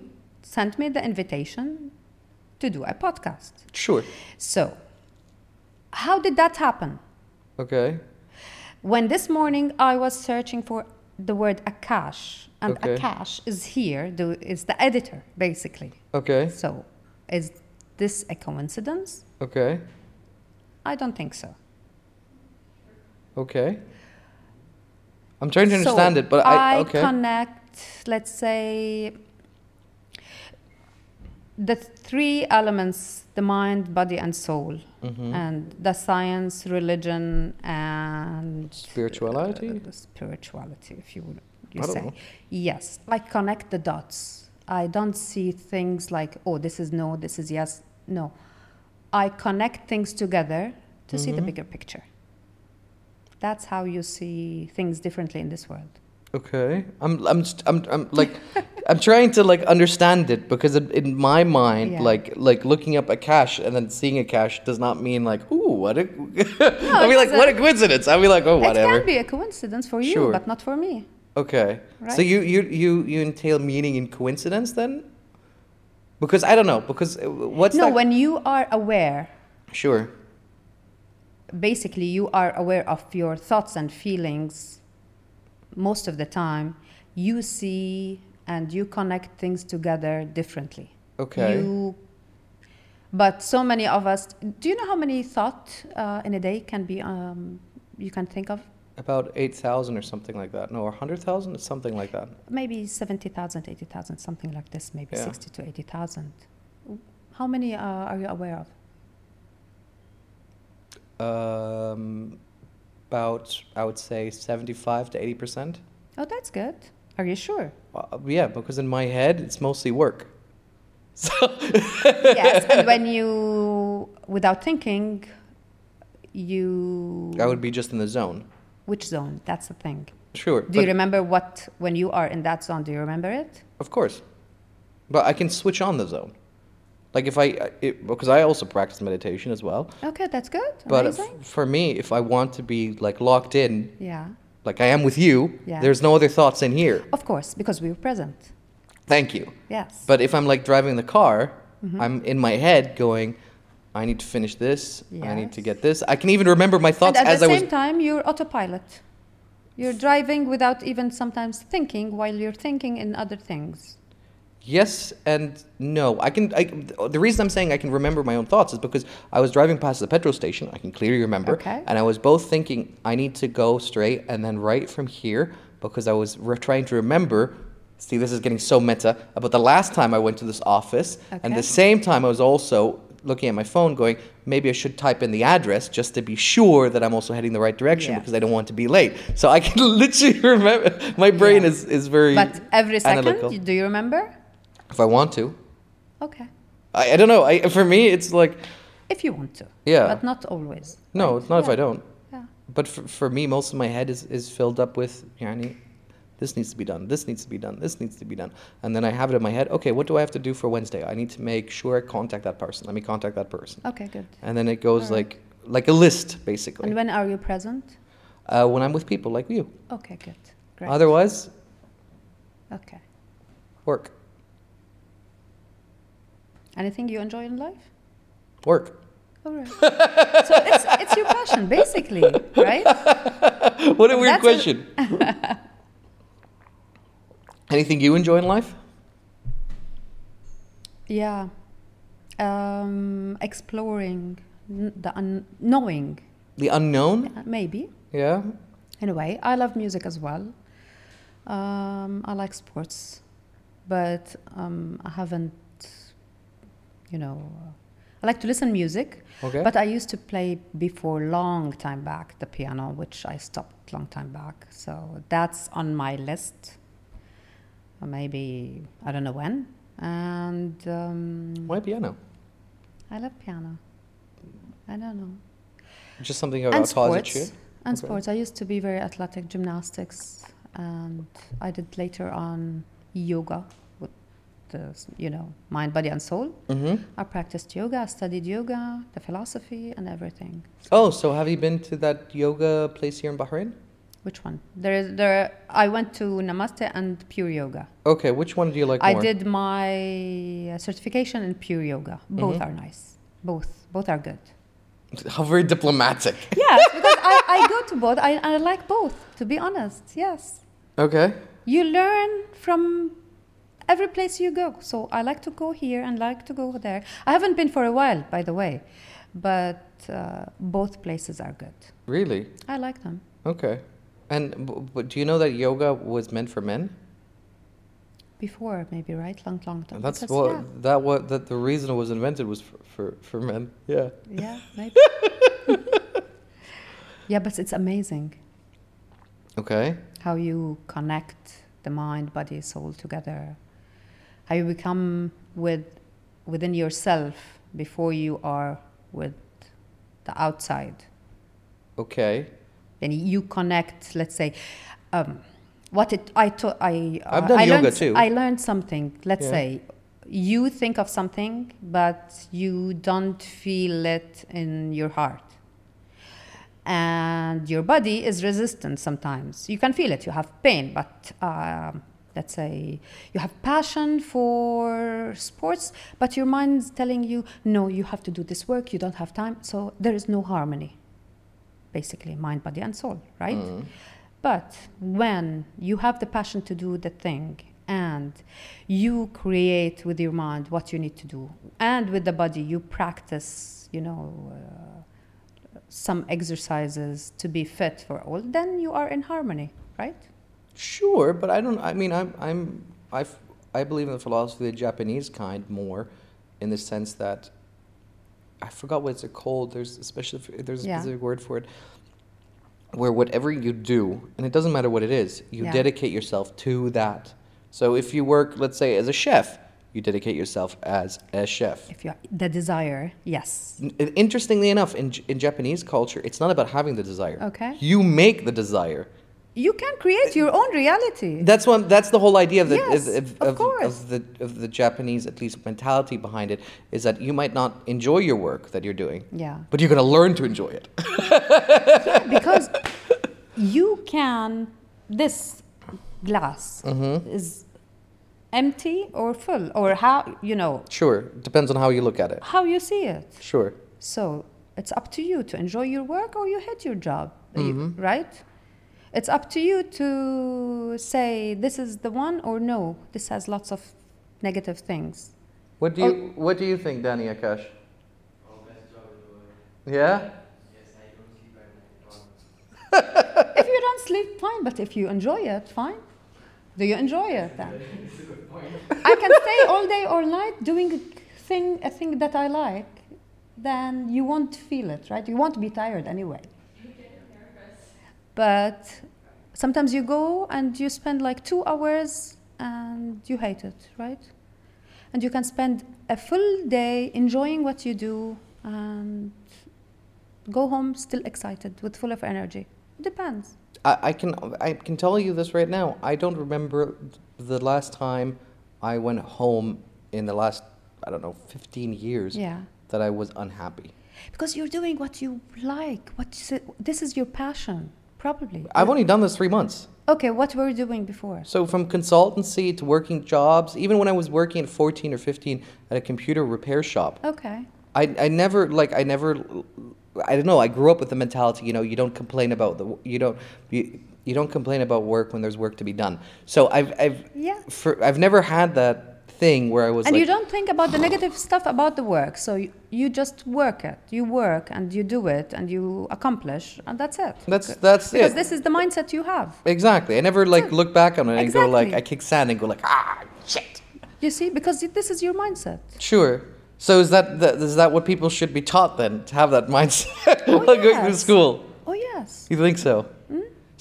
A: sent me the invitation to do a podcast.
B: Sure.
A: So, how did that happen?
B: Okay.
A: When this morning I was searching for the word Akash, and
B: Okay.
A: Akash is here, the, is the editor, basically.
B: Okay.
A: So, is this a coincidence?
B: Okay.
A: I don't think so.
B: Okay. I'm trying to
A: So,
B: understand it, but I, okay.
A: connect, let's say, the three elements the mind, body, and soul,
B: Mhm.
A: and the science, religion, and
B: Spirituality?
A: uh, spirituality, if you would
B: I
A: you
B: don't
A: say.
B: know.
A: Yes, like connect the dots. I don't see things like, oh, this is no, this is yes. No. I connect things together to see the
B: Mhm.
A: bigger picture. That's how you see things differently in this world.
B: Okay. I'm I'm st- I'm I'm like I'm trying to like understand it because in- in my mind
A: Yeah.
B: like like looking up a cash and then seeing a cash does not mean like ooh what a I'll be
A: it
B: like what a
A: doesn't.
B: coincidence. I'll be like oh
A: It
B: whatever.
A: can be a coincidence for you,
B: Sure.
A: but not for me.
B: Okay. So
A: Right?
B: you, you you you entail meaning in coincidence then? Because I don't know. Because uh, what's
A: no,
B: that?
A: when you are aware,
B: sure.
A: basically, you are aware of your thoughts and feelings most of the time. You see and you connect things together differently.
B: Okay.
A: You, but so many of us. Do you know how many thought uh, in a day can be? Um, you can think of
B: About eight thousand or something like that. No, or hundred thousand, something like that.
A: maybe 70,000, 80,000, something like this. Maybe
B: Yeah.
A: sixty to eighty thousand. How many uh, are you aware of?
B: Um, about I would say seventy-five to eighty percent.
A: Oh, that's good. Are you sure?
B: Uh, yeah, because in my head it's mostly work. So
A: yes. And when you, without thinking, you.
B: I would be just in the zone.
A: Which zone? That's the thing.
B: Sure.
A: Do you
B: but-
A: remember what when you are in that zone? Do you remember it?
B: Of course. But I can switch on the zone. Like if I, I- it, because I also practice meditation as well.
A: Okay, that's good.
B: But if,
A: Amazing.
B: for me, if I want to be like locked in,
A: yeah.
B: like I am with you,
A: Yeah.
B: there's no other thoughts in here.
A: Of course, because we were present.
B: Thank you.
A: Yes.
B: But if I'm like driving the car,
A: Mm-hmm.
B: I'm in my head going, I need to finish this. I need to
A: Yes.
B: get this. I can even remember my thoughts
A: and at
B: as
A: the
B: I was.
A: same time, you're autopilot. You're driving without even sometimes thinking, while you're thinking in other things.
B: Yes and no. I can. I, the reason I'm saying I can remember my own thoughts is because I was driving past the petrol station. I can clearly remember.
A: Okay.
B: And I was both thinking I need to go straight and then right from here because I was re- trying to remember. See, this is getting so meta about the last time I went to this office, and
A: Okay.
B: the same time I was also looking at my phone, going, maybe I should type in the address just to be sure that I'm also heading the right direction
A: Yeah.
B: because I don't want to be late. So I can literally remember. My brain
A: Yeah.
B: is is very.
A: But every second,
B: analytical.
A: do you remember?
B: If I want to.
A: Okay,
B: I, I don't know. I, for me, it's like,
A: if you want to.
B: Yeah.
A: But not always.
B: no, it's not if I
A: Yeah.
B: don't.
A: Yeah.
B: But for, for me, most of my head is, is filled up with, yani, this needs to be done, this needs to be done, this needs to be done. And then I have it in my head, okay, what do I have to do for Wednesday? I need to make sure I contact that person. Let me contact that person.
A: Okay, good.
B: And then it goes
A: Alright.
B: like like a list, basically.
A: And when are you present?
B: uh, when I'm with people like you.
A: Okay, good. Great.
B: Otherwise,
A: okay.
B: work,
A: Anything you enjoy in life?
B: work.
A: All right. so it's, it's your passion, basically, right?
B: what a weird
A: That's a-
B: question. Anything you enjoy in life?
A: Yeah. Um, exploring n- the un- knowing,
B: The unknown?
A: uh, maybe.
B: Yeah.
A: Anyway, I love music as well. Um, I like sports, but um, I haven't, you know, I like to listen music.
B: Okay.
A: But I used to play before long time back the piano, which I stopped long time back. So that's on my list. Or maybe I don't know when. And um,
B: Why piano?
A: I love piano. I don't know.
B: Just something about closet you?
A: And
B: Okay.
A: sports. I used to be very athletic, gymnastics, and I did later on yoga with the, you know, mind, body, and soul.
B: Mm-hmm.
A: I practiced yoga, I studied yoga, the philosophy, and everything.
B: Oh, so have you been to that yoga place here in Bahrain?
A: Which one? There is there. I went to Namaste and Pure Yoga.
B: Okay, which one do you like
A: I
B: more?
A: did my uh, certification in Pure Yoga.
B: Mm-hmm.
A: Both are nice. Both both are good.
B: How very diplomatic.
A: Yes, because I, I go to both. I, I like both. To be honest, yes.
B: Okay.
A: You learn from every place you go. So I like to go here and like to go there. I haven't been for a while, by the way, but uh, both places are good.
B: Really?
A: I like them.
B: Okay. And b- but do you know that yoga was meant for men?
A: Before maybe right, long long time.
B: That's
A: Because,
B: what
A: yeah.
B: that what that the reason it was invented was for for, for men. Yeah.
A: Yeah, maybe. yeah, but it's amazing
B: Okay.
A: how you connect the mind, body, soul together. How you become with within yourself before you are with the outside.
B: Okay.
A: And you connect, let's say, um, what it I taught I uh,
B: I've done
A: I
B: yoga
A: learned,
B: too.
A: I learned something. Let's
B: Yeah.
A: say you think of something, but you don't feel it in your heart, and your body is resistant. Sometimes you can feel it. You have pain, but. Um, Let's say you have passion for sports, but your mind's telling you, no, you have to do this work, you don't have time. So there is no harmony basically mind, body, and soul, right?
B: Mm.
A: But when you have the passion to do the thing and you create with your mind what you need to do, and with the body, you practice, you know, uh, some exercises to be fit for all, then you are in harmony, right?
B: Sure, but I don't. I mean, I'm. I'm. I. f- I believe in the philosophy of the Japanese kind more, in the sense that. I forgot what it's called. There's especially there's a
A: Yeah.
B: specific word for it. Where whatever you do, and it doesn't matter what it is, you
A: Yeah.
B: dedicate yourself to that. So if you work, let's say, as a chef, you dedicate yourself as a chef.
A: If you the desire, yes.
B: N- Interestingly enough, in, J- in Japanese culture, it's not about having the desire.
A: Okay.
B: You make the desire.
A: You can create your own reality.
B: That's one. That's the whole idea of the
A: Yes,
B: of, of,
A: of
B: of,
A: course.
B: the of the Japanese at least mentality behind it is that you might not enjoy your work that you're doing,
A: Yeah.
B: but you're going to learn to enjoy it.
A: because you can this glass is empty or full or how you know
B: Sure, depends on how you look at it.
A: how you see it
B: Sure.
A: so it's up to you to enjoy your work or you hate your job you- right it's up to you to say this is the one or no this has lots of negative things.
B: What do you
A: Oh.
B: What do you think, Danny Akash?
C: Oh, best job in the world.
B: Yeah.
C: Yes, I don't sleep at night at all.
A: if you don't sleep, fine, but if you enjoy it, fine. Do you enjoy it then?
C: It's a good point.
A: I can stay all day or night doing a thing, a thing that I like, then you won't feel it, right? You won't be tired anyway.
D: You get nervous.
A: But sometimes you go and you spend like two hours and you hate it, right? And you can spend a full day enjoying what you do and go home still excited with full of energy. Depends.
B: I, I can I can tell you this right now. I don't remember the last time I went home in the last I don't know 15 years
A: Yeah.
B: that I was unhappy.
A: Because you're doing what you like. What you, this is your passion, probably.
B: I've only done this three months.
A: Okay, what were you doing before?
B: So from consultancy to working jobs, even when I was working at 14 or 15 at a computer repair shop,
A: Okay.
B: I, I never like I never I don't know I grew up with the mentality you know you don't complain about the you don't you, you don't complain about work when there's work to be done so I've I've
A: Yeah.
B: for, I've never had that thing where I was
A: And
B: like
A: you don't think about the negative stuff about the work. So you, you just work it. You work and you do it and you accomplish and that's it.
B: that's that's
A: because
B: it
A: this is the mindset you have.
B: exactly I never like
A: Yeah.
B: look back on it and go like
A: Exactly.
B: I kick sand and go like ah shit
A: You see, because this is your mindset.
B: sure so is that the, is that what people should be taught then to have that mindset
A: Oh,
B: while going to
A: yes.
B: school
A: Oh yes.
B: you think so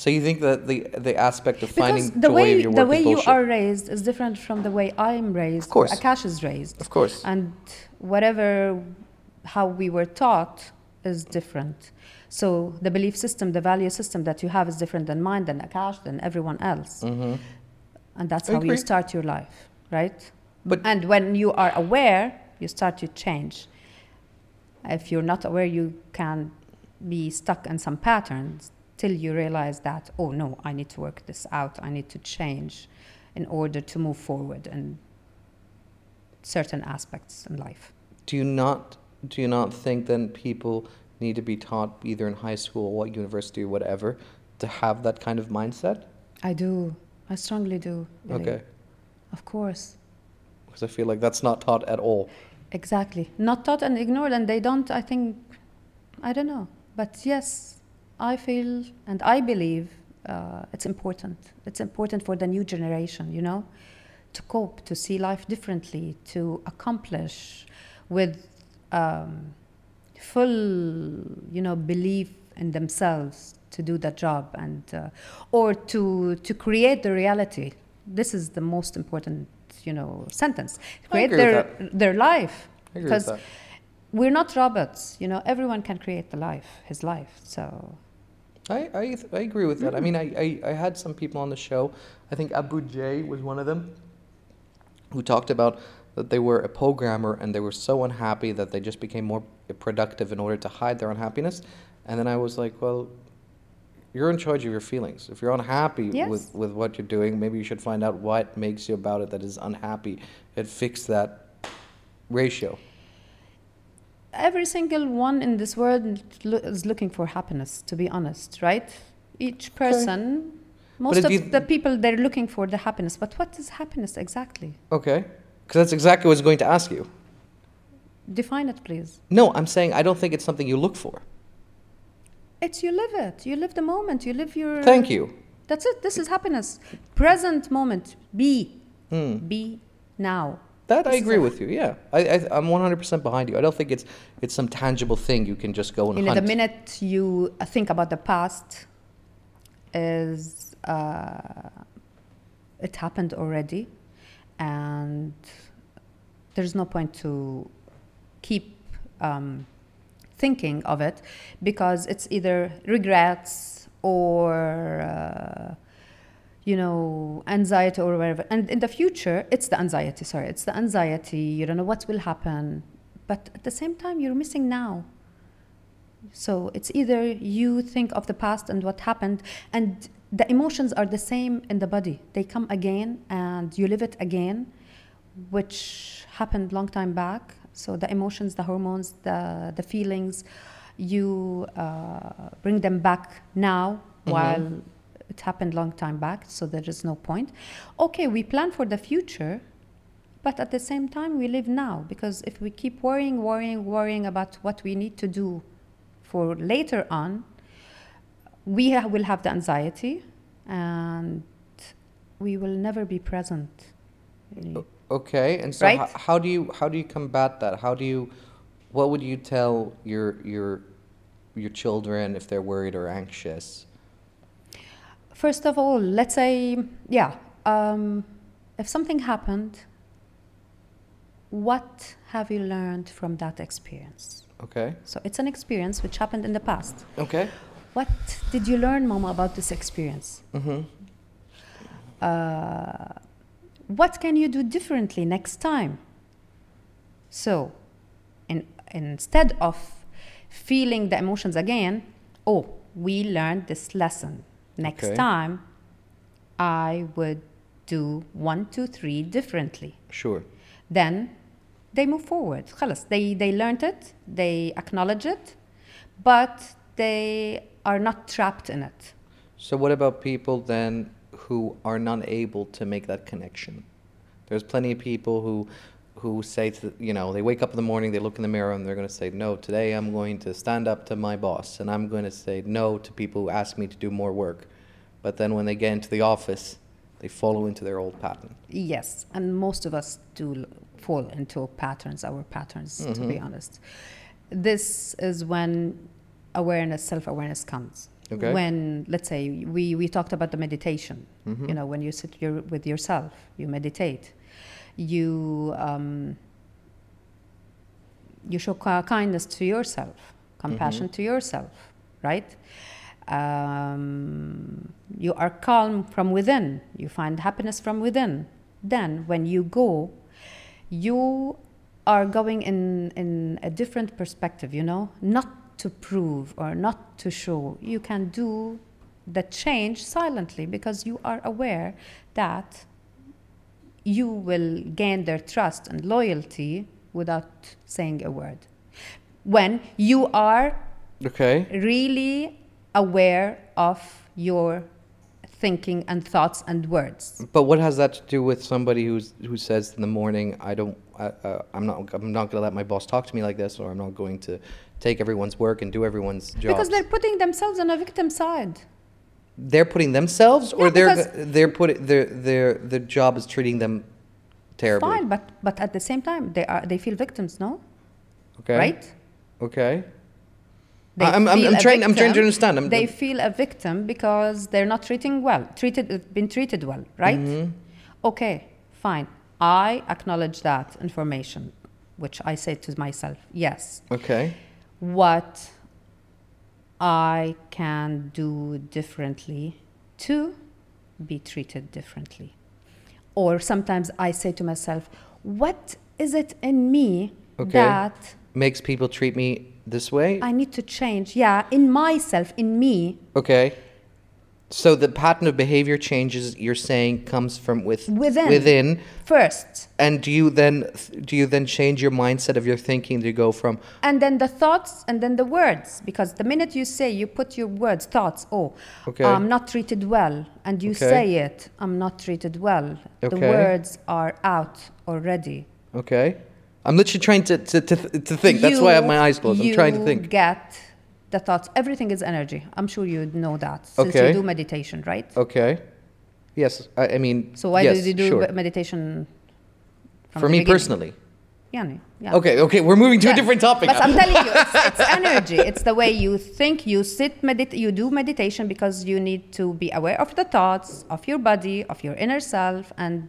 B: so you think that the the aspect of
A: Hmm? Because
B: finding
A: the
B: joy
A: way
B: in your work
A: the way
B: is
A: you
B: bullshit.
A: are raised is different from the way I'm raised.
B: Of course.
A: Akash is raised.
B: of course
A: and whatever how we were taught is different so the belief system the value system that you have is different than mine than akash than everyone else and that's
B: I
A: how you
B: agree.
A: start your life right
B: But-
A: and when you are aware you start to change if you're not aware you can be stuck in some patterns till you realize that oh no i need to work this out i need to change in order to move forward in certain aspects in life
B: do you not do you not think then people need to be taught either in high school or university or whatever to have that kind of mindset
A: i do i strongly do Lily.
B: okay
A: of course
B: because i feel like that's not taught at all
A: exactly not taught and ignored and they don't i think i don't know but yes i feel and i believe uh, it's important it's important for the new generation you know to cope to see life differently to accomplish with um, full you know belief in themselves to do the job and uh, or to to create the reality this is the most important you know sentence create
B: agree with
A: their their life
B: i agree with that
A: we're not robots you know everyone can create the life his life so
B: I, I, th- I agree with that. I mean, I, I, I had some people on the show. I think Abu Jay was one of them who talked about that they were a programmer and they were so unhappy that they just became more productive in order to hide their unhappiness. And then I was like, well, you're in charge of your feelings. If you're unhappy
A: Yes.
B: with, with what you're doing, maybe you should find out what makes you about it that is unhappy and fix that ratio.
A: every single one in this world lo- is looking for happiness to be honest right each person most
B: if
A: of
B: you-
A: the people they're looking for the happiness but what is happiness exactly
B: Okay? Because that's exactly what I was going to ask you.
A: define it please
B: No, I'm saying I don't think it's something you look for.
A: it's you live it you live the moment you live your
B: Thank you.
A: that's it this is happiness present moment be
B: Hmm.
A: be now
B: That I
A: This is
B: agree
A: a-
B: with you. Yeah, I, I I'm 100% behind you. I don't think it's it's some tangible thing you can just go and
A: you know
B: hunt.
A: the minute you uh, think about the past is uh, it happened already and there's no point to keep um, thinking of it because it's either regrets or uh, you know anxiety or whatever and in the future it's the anxiety sorry it's the anxiety you don't know what will happen but at the same time you're missing now so it's either you think of the past and what happened, and the emotions are the same in the body. They come again, and you live it again, which happened long time back. So the emotions, the hormones, the the feelings, you uh, bring them back now while it happened long time back. So there is no point. Okay, we plan for the future, But at the same time, we live now because if we keep worrying, worrying, worrying about what we need to do for later on, we ha- will have the anxiety and we will never be present. really.
B: Okay, and so
A: Right?
B: ho- how do you how do you combat that? How do you what would you tell your your your children if they're worried or anxious?
A: First of all, let's say, yeah, um, if something happened, what have you learned from that experience?
B: Okay.
A: So it's an experience which happened in the past.
B: Okay.
A: What did you learn, Mama, about this experience?
B: Mhm.
A: uh, what can you do differently next time? So, in, instead of feeling the emotions again, oh, we learned this lesson. Next
B: Okay.
A: time, I would do one, two, three differently.
B: Sure.
A: Then they move forward. خلص, they, they learned it, they acknowledge it, but they are not trapped in it.
B: So what about people then who are not able to make that connection? There's plenty of people who who say to, you know they wake up in the morning, they look in the mirror, and they're going to say no. Today I'm going to stand up to my boss, and I'm going to say no to people who ask me to do more work. But then when they get into the office, they follow into their old pattern.
A: Yes, and most of us do l- fall into patterns, our patterns, to be honest. This is when awareness, self awareness comes.
B: Okay.
A: When, let's say, we, we talked about the meditation,
B: Mm-hmm.
A: you know, when you sit your, with yourself, you meditate, you, um, you show ki- kindness to yourself, compassion to yourself, right? Um, you are calm from within, you find happiness from within. Then, when you go, you are going in, in a different perspective, you know, not to prove or not to show. You can do the change silently because you are aware that you will gain their trust and loyalty without saying a word. When you are
B: Okay.
A: really aware of your thinking and thoughts and words.
B: But what has that to do with somebody who's who says in the morning, I don't, I, uh, I'm not, I'm not going to let my boss talk to me like this, or I'm not going to take everyone's work and do everyone's job.
A: Because they're putting themselves on a victim side.
B: they're putting themselves, or
A: Yeah,
B: they're
A: because-
B: g- they're put their their the job is treating them terribly.
A: Fine, but but at the same time they are they feel victims, no?
B: Okay.
A: Right?
B: Okay.
A: They
B: I'm- I'm-
A: feel
B: I'm
A: a
B: trying- I'm trying to understand. I'm-
A: they feel a victim because they're not treating well, treated, been treated well, right?
B: Mm-hmm.
A: Okay, fine. I acknowledge that information, which I say to myself, yes.
B: Okay.
A: What I can do differently to be treated differently. Or sometimes I say to myself, what is it in me
B: Okay.
A: that
B: Makes people treat me this way.
A: I need to change. Yeah, in myself, in me,
B: okay. So the pattern of behavior changes you're saying comes from with
A: Within.
B: within
A: first.
B: And do you then do you then change your mindset of your thinking to go from
A: And then the thoughts and then the words. Because the minute you say, you put your words, thoughts, oh,
B: Okay.
A: I'm not treated well. And you
B: Okay.
A: say it, I'm not treated well. The
B: Okay.
A: words are out already.
B: okay? I'm literally trying to to, to, to think. That's why I have
A: You-
B: my eyes closed. I'm trying to
A: you
B: think.
A: get the thoughts. Everything is energy. I'm sure you know that since
B: Okay.
A: you do meditation, right?
B: Okay. Yes, I, I mean.
A: So why
B: yes,
A: do you do
B: sure.
A: meditation? from
B: For
A: the
B: me
A: beginning?
B: personally.
A: Yeah, no, yeah.
B: Okay, okay, we're moving to a
A: Yeah.
B: different topic.
A: But
B: now.
A: I'm telling you, it's, it's energy. It's the way you think. You sit, medit- you do meditation because you need to be aware of the thoughts, of your body, of your inner self, and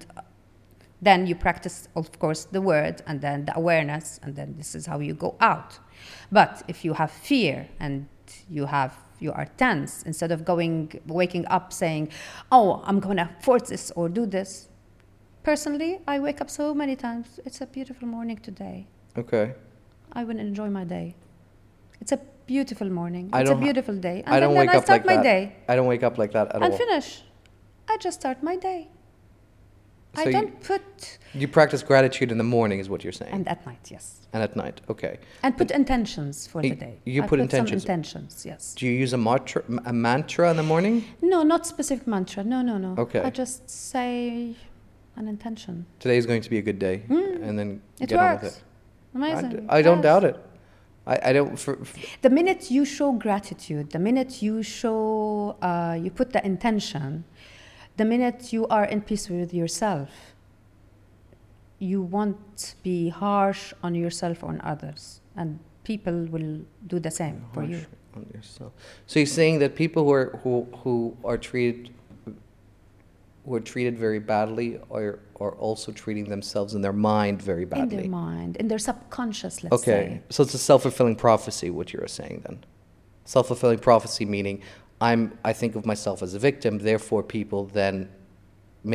A: then you practice, of course, the word, and then the awareness, and then this is how you go out. But if you have fear and you have you are tense, instead of going waking up saying, "Oh, I'm gonna force this or do this." Personally, I wake up so many times. It's a beautiful morning today.
B: okay.
A: I will enjoy my day. It's a beautiful morning.
B: I
A: it's a
B: don't ha-
A: beautiful day. And
B: I don't
A: then,
B: wake
A: then I
B: up
A: start my
B: like that.
A: day
B: I don't wake up like that at
A: and
B: all.
A: finish. I just start my day.
B: So
A: I
B: you-
A: don't put
B: You practice gratitude in the morning, is what you're saying, and,
A: and at night, yes.
B: at night. Okay.
A: And put intentions for the
B: You-
A: day.
B: you
A: I
B: put
A: Some
B: intentions.
A: intentions, yes.
B: Do you use a mantra, a mantra in the morning?
A: No, not specific mantra. No, no, no.
B: Okay.
A: I just say an intention.
B: Today is going to be a good day,
A: Mm.
B: and then
A: It
B: get on with
A: works.
B: it. I d-
A: Amazing.
B: I, don't
A: Yes.
B: doubt it. I, I don't. For, for-
A: The minute you show gratitude, the minute you show, uh, you put the intention, the minute you are in peace with yourself, you won't be harsh on yourself or on others, and people will do the same for you.
B: harsh on yourself. So you're saying that people who are who who are treated who are treated very badly are are also treating themselves in their mind very
A: In their
B: badly.
A: mind, in their subconscious, let's
B: Okay, so it's a self fulfilling prophecy. What you are saying then, self fulfilling prophecy meaning I'm I think of myself as a victim, therefore people then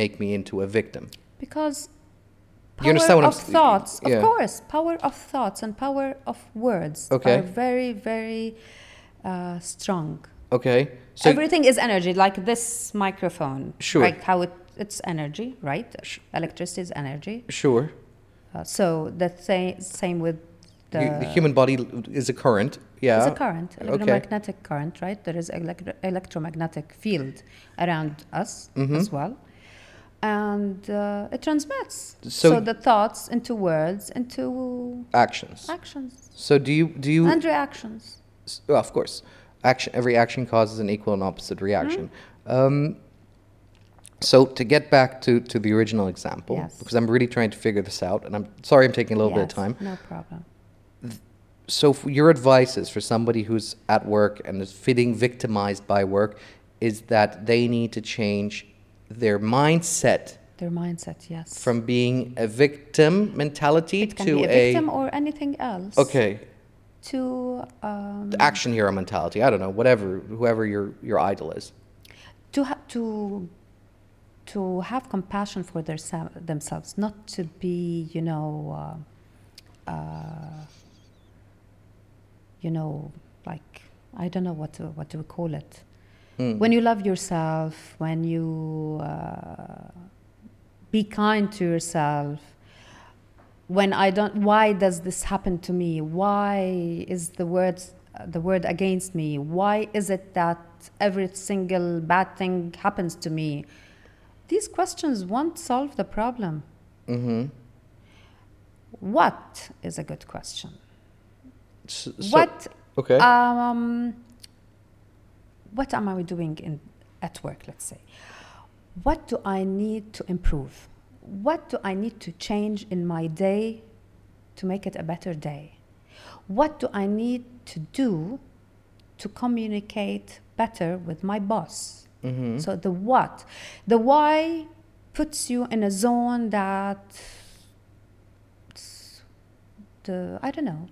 B: make me into a victim.
A: say, because power
B: You understand what I'm
A: of
B: s-
A: thoughts,
B: yeah.
A: of course, power of thoughts and power of words
B: Okay.
A: are very, very uh, strong.
B: Okay, so
A: Everything is energy, like this microphone.
B: Sure.
A: Like how it, it's energy, right? Electricity is energy.
B: sure,
A: Uh, so the same same with
B: the,
A: the,
B: the human body l- is a current. Yeah.
A: It's a current,
B: Okay.
A: electromagnetic current, right? There is elec- electromagnetic field around us
B: Mhm.
A: as well, and uh, it transmits.
B: So-
A: So, the thoughts into words, into
B: Actions.
A: actions
B: So do you do you?
A: and reactions.
B: s- well, of course, action. Every action causes an equal and opposite reaction.
A: Mm-hmm.
B: Um, so to get back to, to the original example,
A: Yes.
B: because I'm really trying to figure this out, and I'm sorry I'm taking a little bit of
A: Yes,
B: time.
A: No problem.
B: So f your advice is for somebody who's at work and is feeling victimized by work, is that they need to change their mindset
A: Their mindset, yes.
B: from being a victim mentality
A: it can
B: to
A: be a victim or anything else.
B: okay
A: to um,
B: the action hero mentality. I don't know whatever whoever your your idol is.
A: to ha- to to have compassion for their se- themselves, not to be, you know, uh, uh, you know, like I don't know what to, what do we call it
B: Hmm.
A: when you love yourself, when you uh, be kind to yourself. When I don't, why does this happen to me? Why is the word the word against me? Why is it that every single bad thing happens to me? These questions won't solve the problem.
B: mm-hmm.
A: What is a good question?
B: So,
A: what
B: Okay.
A: um, what am I doing in, at work, let's say? What do I need to improve? What do I need to change in my day to make it a better day? What do I need to do to communicate better with my boss?
B: mm-hmm.
A: So the what. The why puts you in a zone that the I don't know,